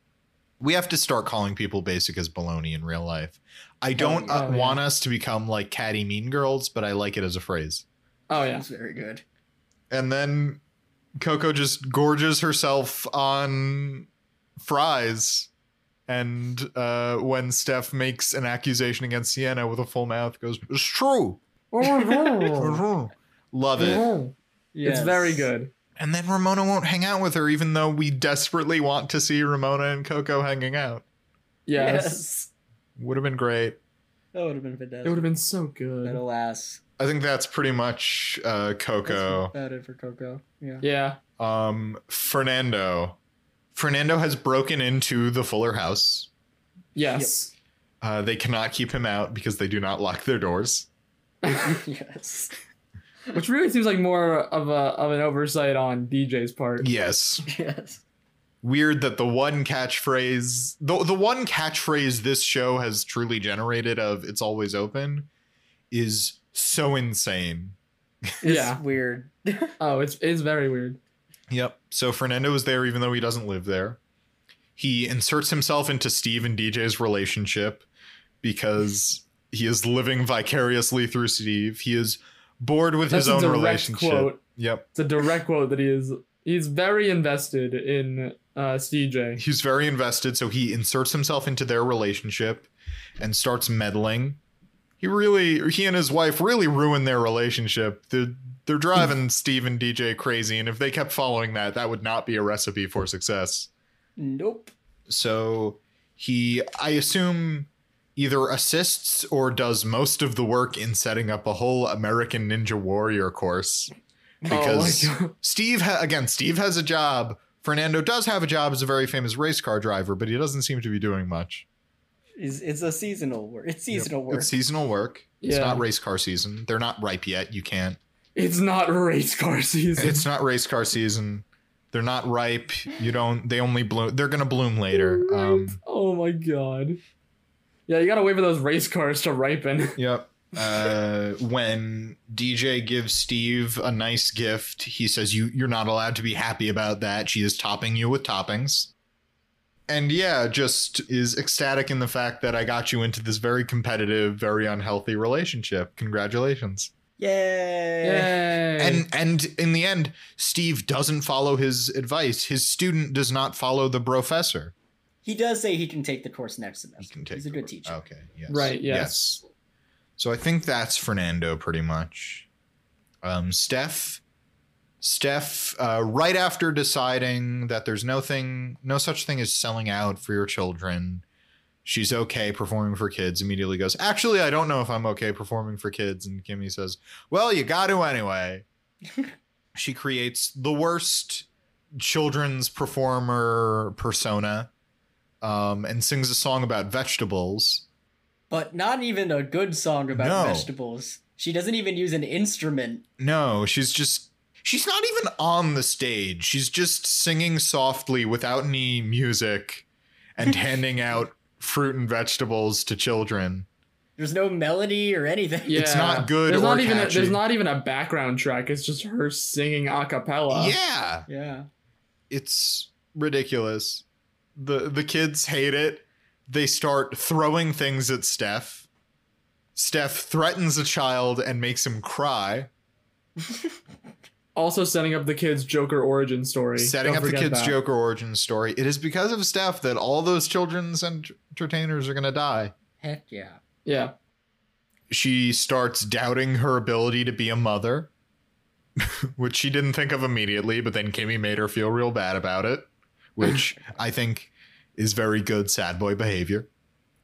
Speaker 2: We have to start calling people basic as baloney in real life. I don't
Speaker 3: yeah.
Speaker 2: uh,
Speaker 1: Oh, yeah.
Speaker 2: want us to become like catty mean girls, but I like it as a phrase.
Speaker 1: Oh yeah.
Speaker 3: That's very good.
Speaker 2: And then Coco just gorges herself on fries. And uh, when Steph makes an accusation against Sienna with a full mouth, goes, It's true. Love
Speaker 3: Oh.
Speaker 2: it.
Speaker 1: It's very good.
Speaker 2: And then Ramona won't hang out with her, even though we desperately want to see Ramona and Coco hanging out.
Speaker 1: Yes.
Speaker 2: Would have been great.
Speaker 3: That would have been
Speaker 1: It would
Speaker 3: fantastic.
Speaker 1: have been so
Speaker 3: But
Speaker 1: good.
Speaker 3: alas,
Speaker 2: I think that's pretty much uh,
Speaker 3: that's
Speaker 2: Coco.
Speaker 3: about it for Coco. Yeah.
Speaker 1: Yeah.
Speaker 2: Um, Fernando. Fernando has broken into the Fuller house.
Speaker 1: Yes.
Speaker 2: Uh, they cannot keep him out because they do not lock their doors.
Speaker 3: yes.
Speaker 1: Which really seems like more of a of an oversight on DJ's part.
Speaker 2: Yes.
Speaker 3: Yes.
Speaker 2: Weird that the one catchphrase, the, the one catchphrase this show has truly generated of it's always open is so insane.
Speaker 3: It's
Speaker 1: Yeah.
Speaker 3: weird.
Speaker 1: Oh, it's it's very weird.
Speaker 2: Yep. So Fernando is there even though he doesn't live there. He inserts himself into Steve and DJ's relationship because he is living vicariously through Steve. He is bored with
Speaker 1: That's
Speaker 2: his own
Speaker 1: a direct
Speaker 2: relationship.
Speaker 1: quote.
Speaker 2: Yep.
Speaker 1: It's a direct quote that he is he's very invested in uh CJ.
Speaker 2: He's very invested, so he inserts himself into their relationship and starts meddling. He really he and his wife really ruin their relationship. They're they're driving Steve and DJ crazy, and if they kept following that, that would not be a recipe for success.
Speaker 3: Nope.
Speaker 2: So he, I assume, either assists or does most of the work in setting up a whole American Ninja Warrior course. Because
Speaker 1: oh my God.
Speaker 2: Steve, ha- again, Steve has a job. Fernando does have a job as a very famous race car driver, but he doesn't seem to be doing much.
Speaker 3: It's, it's a seasonal work. It's seasonal
Speaker 2: Yep.
Speaker 3: work.
Speaker 2: It's seasonal work. It's
Speaker 1: Yeah.
Speaker 2: not race car season. They're not ripe yet. You can't.
Speaker 1: it's not race car season.
Speaker 2: It's not race car season. They're not ripe. You don't. They only bloom. They're gonna bloom later. Um,
Speaker 1: oh my god. Yeah, you gotta wait for those race cars to ripen.
Speaker 2: Yep. Uh, when DJ gives Steve a nice gift, he says you you're not allowed to be happy about that. She is topping you with toppings. And yeah, just is ecstatic in the fact that I got you into this very competitive, very unhealthy relationship. Congratulations.
Speaker 3: Yay.
Speaker 1: Yay.
Speaker 2: And and in the end, Steve doesn't follow his advice. His student does not follow the professor.
Speaker 3: He does say he can take the course next
Speaker 2: He
Speaker 3: semester.
Speaker 2: can take Oh.
Speaker 3: He's a
Speaker 2: the
Speaker 3: good
Speaker 2: word.
Speaker 3: teacher.
Speaker 2: Okay. Yes.
Speaker 1: Right, yes.
Speaker 2: So I think that's Fernando pretty much. Um, Steph, Steph, uh, right after deciding that there's no thing, no such thing as selling out for your children, she's okay performing for kids. Immediately goes, actually, I don't know if I'm okay performing for kids. And Kimmy says, well, you got to anyway. she creates the worst children's performer persona um, and sings a song about vegetables.
Speaker 3: But not even a good song about
Speaker 2: No.
Speaker 3: vegetables. She doesn't even use an instrument.
Speaker 2: No, she's just she's not even on the stage. She's just singing softly without any music and handing out fruit and vegetables to children.
Speaker 3: There's no melody or anything.
Speaker 1: Yeah.
Speaker 2: It's not good
Speaker 1: There's
Speaker 2: or
Speaker 1: not even a,
Speaker 2: catchy.
Speaker 1: there's not even a background track. It's just her singing a cappella.
Speaker 2: Yeah,
Speaker 3: Yeah.
Speaker 2: it's ridiculous. The the kids hate it. They start throwing things at Steph. Steph threatens a child and makes him cry.
Speaker 1: Also setting up the kids' Joker origin story.
Speaker 2: setting
Speaker 1: Don't
Speaker 2: up the
Speaker 1: forget
Speaker 2: kids
Speaker 1: that.
Speaker 2: joker origin story it is because of steph that all those children's ent- entertainers are going to die
Speaker 3: Heck yeah.
Speaker 1: Yeah.
Speaker 2: she starts doubting her ability to be a mother which she didn't think of immediately but then kimmy made her feel real bad about it which i think is very good sad boy behavior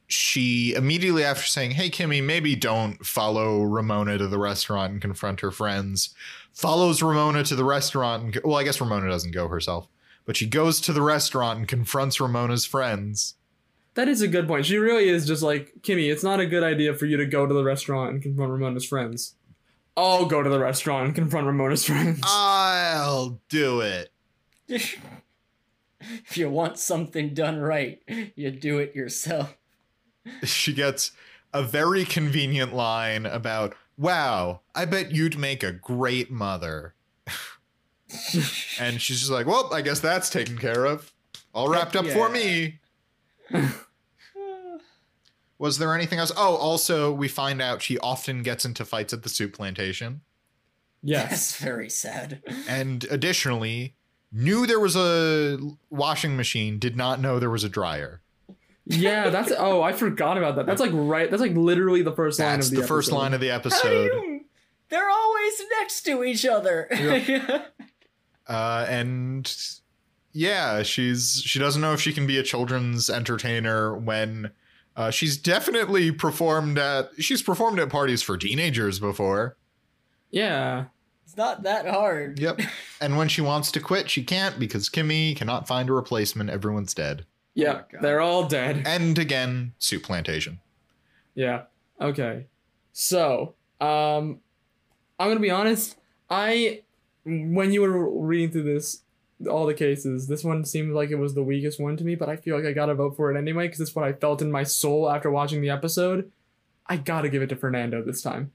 Speaker 2: she immediately after saying hey kimmy maybe don't follow ramona to the restaurant and confront her friends follows ramona to the restaurant and well i guess ramona doesn't go herself but she goes to the restaurant and confronts ramona's friends
Speaker 1: That is a good point. She really is just like, Kimmy, it's not a good idea for you to go to the restaurant and confront Ramona's friends. I'll go to the restaurant and confront Ramona's friends.
Speaker 2: Uh, i'll do it
Speaker 3: if you want something done right, you do it yourself.
Speaker 2: she gets a very convenient line about, "Wow, I bet you'd make a great mother." and she's just like, "Well, I guess that's taken care of. All wrapped up for
Speaker 3: yeah.
Speaker 2: me." Was there anything else? Oh, also, we find out she often gets into fights at the soup plantation,
Speaker 1: yes.
Speaker 3: That's very sad.
Speaker 2: and additionally, knew there was a washing machine, did not know there was a dryer.
Speaker 1: yeah, that's oh, I forgot about that. That's like right that's like literally the first line
Speaker 2: That's
Speaker 1: of
Speaker 2: the,
Speaker 1: the
Speaker 2: first
Speaker 1: episode.
Speaker 2: line of the
Speaker 3: How do
Speaker 2: episode.
Speaker 3: you? They're always next to each other.
Speaker 2: uh, and yeah, she's she doesn't know if she can be a children's entertainer when uh, she's definitely performed at she's performed at parties for teenagers before.
Speaker 1: Yeah.
Speaker 3: it's not that hard.
Speaker 2: Yep. and when she wants to quit, she can't because Kimmy cannot find a replacement. Everyone's dead.
Speaker 1: Yeah.
Speaker 3: God.
Speaker 1: They're all dead.
Speaker 2: And again, soup plantation.
Speaker 1: Yeah. Okay. So, um, I'm gonna be honest. I, when you were reading through this, all the cases, this one seemed like it was the weakest one to me. But I feel like I gotta vote for it anyway because it's what I felt in my soul after watching the episode. I gotta give it to Fernando this time.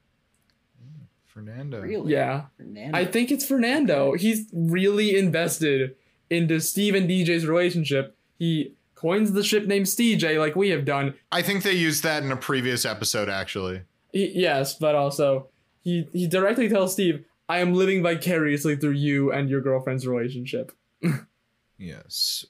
Speaker 2: Fernando.
Speaker 3: Really?
Speaker 1: Yeah,
Speaker 3: Fernando.
Speaker 1: I think it's Fernando. He's really invested into Steve and DJ's relationship. He coins the ship name CJ like we have done.
Speaker 2: I think they used that in a previous episode, actually.
Speaker 1: He, yes, but also he he directly tells Steve, "I am living vicariously through you and your girlfriend's relationship."
Speaker 2: Yes.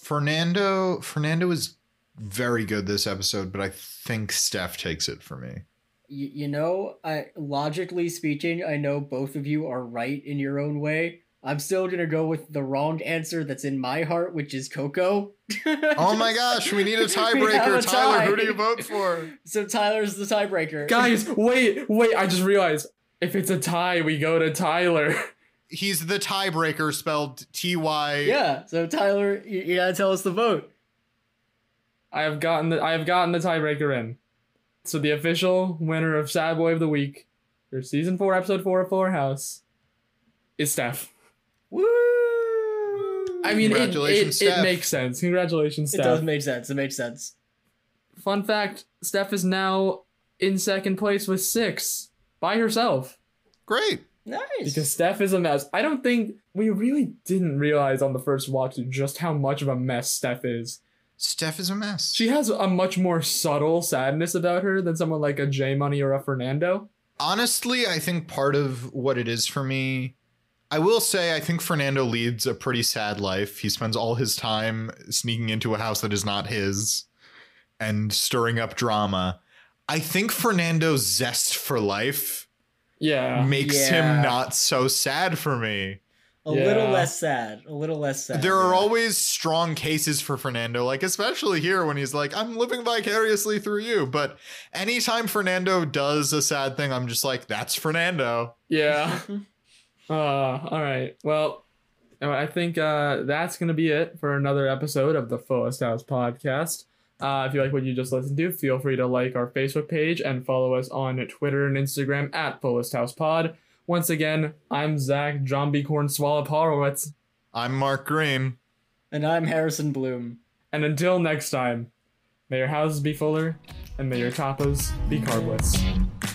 Speaker 2: Fernando Fernando is very good this episode, but I think Steph takes it for me.
Speaker 3: you, you know, I logically speaking, I know both of you are right in your own way. I'm still gonna go with the wrong answer that's in my heart, which is Coco.
Speaker 2: Oh my gosh, we need a
Speaker 3: We have
Speaker 2: tiebreaker.
Speaker 3: a
Speaker 2: Tyler, who do
Speaker 3: tie.
Speaker 2: you vote for?
Speaker 3: So Tyler's the tiebreaker.
Speaker 1: Guys, wait, wait! I just realized if it's a tie, we go to Tyler.
Speaker 2: He's the tiebreaker spelled T Y.
Speaker 3: Yeah. So Tyler, you, you gotta tell us the vote.
Speaker 1: I have gotten the I have gotten the tiebreaker in. So the official winner of Sad Boy of the Week, for season four, episode four of Fuller House, is Steph.
Speaker 3: Woo!
Speaker 1: I mean, it,
Speaker 2: Congratulations,
Speaker 1: it,
Speaker 2: Steph.
Speaker 1: it makes sense. Congratulations,
Speaker 3: it
Speaker 1: Steph.
Speaker 3: does make sense. It makes sense.
Speaker 1: Fun fact: Steph is now in second place with six by herself.
Speaker 2: Great.
Speaker 3: Nice.
Speaker 1: Because Steph is a mess. I don't think we really didn't realize on the first watch just how much of a mess Steph is.
Speaker 2: Steph is a mess.
Speaker 1: She has a much more subtle sadness about her than someone like a J Money or a Fernando.
Speaker 2: Honestly, I think part of what it is for me, I will say, I think Fernando leads a pretty sad life. He spends all his time sneaking into a house that is not his and stirring up drama. I think Fernando's zest for life
Speaker 1: Yeah.
Speaker 2: makes
Speaker 3: Uh, Yeah.
Speaker 2: him not so sad for me.
Speaker 3: a little
Speaker 1: Yeah.
Speaker 3: less sad. A little less sad.
Speaker 2: There are
Speaker 3: Yeah.
Speaker 2: always strong cases for Fernando, like especially here when he's like, I'm living vicariously through you. But anytime Fernando does a sad thing, I'm just like, that's Fernando.
Speaker 1: Yeah. uh, all right. Well, Anyway, I think uh, that's going to be it for another episode of the Fullest House podcast. Uh, if you like what you just listened to, feel free to like our Facebook page and follow us on Twitter and Instagram at Fullest House Pod. Once again, I'm Zach John B. Corn Swallow Horowitz.
Speaker 2: I'm Mark Green.
Speaker 3: And I'm Harrison Bloom.
Speaker 1: And until next time, may your houses be fuller and may your tapas be carbless.